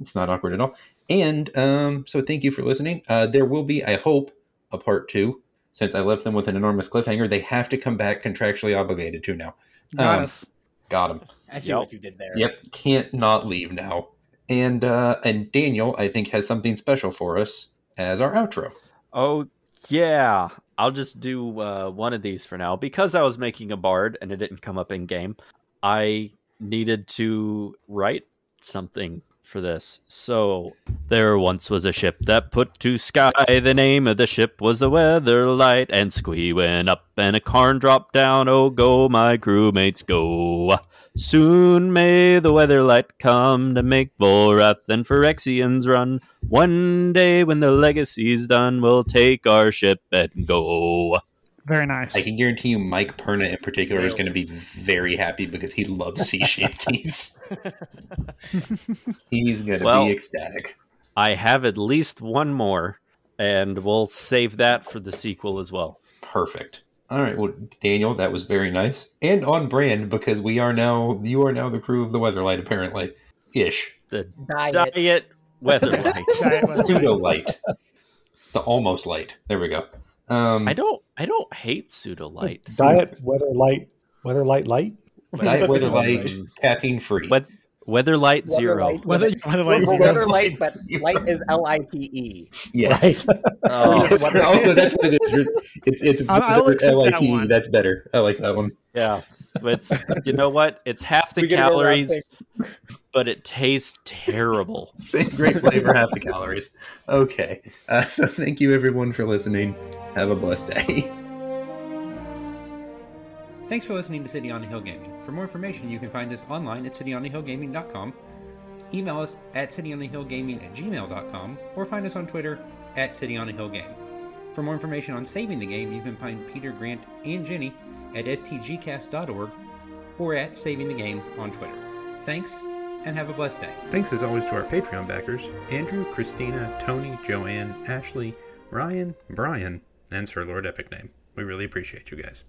Speaker 1: It's not awkward at all. And um, so thank you for listening. Uh, there will be, I hope, a part two. Since I left them with an enormous cliffhanger, they have to come back contractually obligated to now.
Speaker 5: Got
Speaker 1: Um,
Speaker 5: us.
Speaker 1: Got him.
Speaker 4: I see
Speaker 3: Yep.
Speaker 4: what you did there.
Speaker 1: Yep, can't not leave now. And uh, and Daniel, I think, has something special for us as our outro.
Speaker 3: oh yeah i'll just do uh, one of these for now because i was making a bard and it didn't come up in game i needed to write something for this so There once was a ship that put to sky. The name of the ship was the Weatherlight. And Squee went up and a carn dropped down. Oh, go, my crewmates, go. Soon may the Weatherlight come to make Volrath and Phyrexians run. One day when the legacy's done, we'll take our ship and go.
Speaker 5: Very nice.
Speaker 1: I can guarantee you, Mike Perna in particular is
Speaker 4: Nailed
Speaker 1: going to be very happy because he loves sea shanties. He's going to
Speaker 3: Well-
Speaker 1: be ecstatic.
Speaker 3: I have at least one more, and we'll save that for the sequel as well.
Speaker 1: Perfect. All right, well, Daniel, that was very nice and on brand because we are now you are now the crew of the Weatherlight, apparently, ish.
Speaker 3: The
Speaker 4: Diet.
Speaker 3: Diet Weatherlight.
Speaker 6: [LAUGHS]
Speaker 5: Diet was-
Speaker 1: pseudo light, the almost light. There we go. Um,
Speaker 3: I don't I don't hate pseudolite.
Speaker 7: Diet weather light weather light light.
Speaker 1: diet weather light, caffeine free.
Speaker 3: Weather Weatherlight
Speaker 4: Weather
Speaker 3: zero.
Speaker 4: light.
Speaker 5: Whether you whether
Speaker 4: Well,
Speaker 5: light
Speaker 4: well,
Speaker 5: zero.
Speaker 4: weather light, but
Speaker 1: Zero.
Speaker 4: light is L I T E.
Speaker 1: Yes.
Speaker 5: [LAUGHS]
Speaker 3: Oh,
Speaker 1: Yes. [LAUGHS] Oh, that's what it is. It's it's
Speaker 5: I- I'll accept that
Speaker 1: LITE.
Speaker 5: one.
Speaker 1: E. That's better. I like that one.
Speaker 3: [LAUGHS] yeah. It's you know what? It's half the
Speaker 4: We gotta go around
Speaker 3: calories,
Speaker 4: things.
Speaker 3: but it tastes terrible.
Speaker 1: [LAUGHS] Same great flavor, half
Speaker 8: [LAUGHS]
Speaker 1: the calories. Okay. Uh, so thank you everyone for listening. Have a blessed day. [LAUGHS]
Speaker 8: Thanks for listening to City on a Hill Gaming. For more information, you can find us online at cityonahillgaming.com, email us at cityonahillgaming at gmail.com, or find us on Twitter at cityonahillgame. For more information on saving the game, you can find Peter, Grant, and Jenny at stgcast.org or at Saving the Game on Twitter. Thanks, and have a blessed day.
Speaker 9: Thanks as always to our Patreon backers Andrew, Christina, Tony, Joanne, Ashley, Ryan, Brian, and Sir Lord Epic Name. We really appreciate you guys.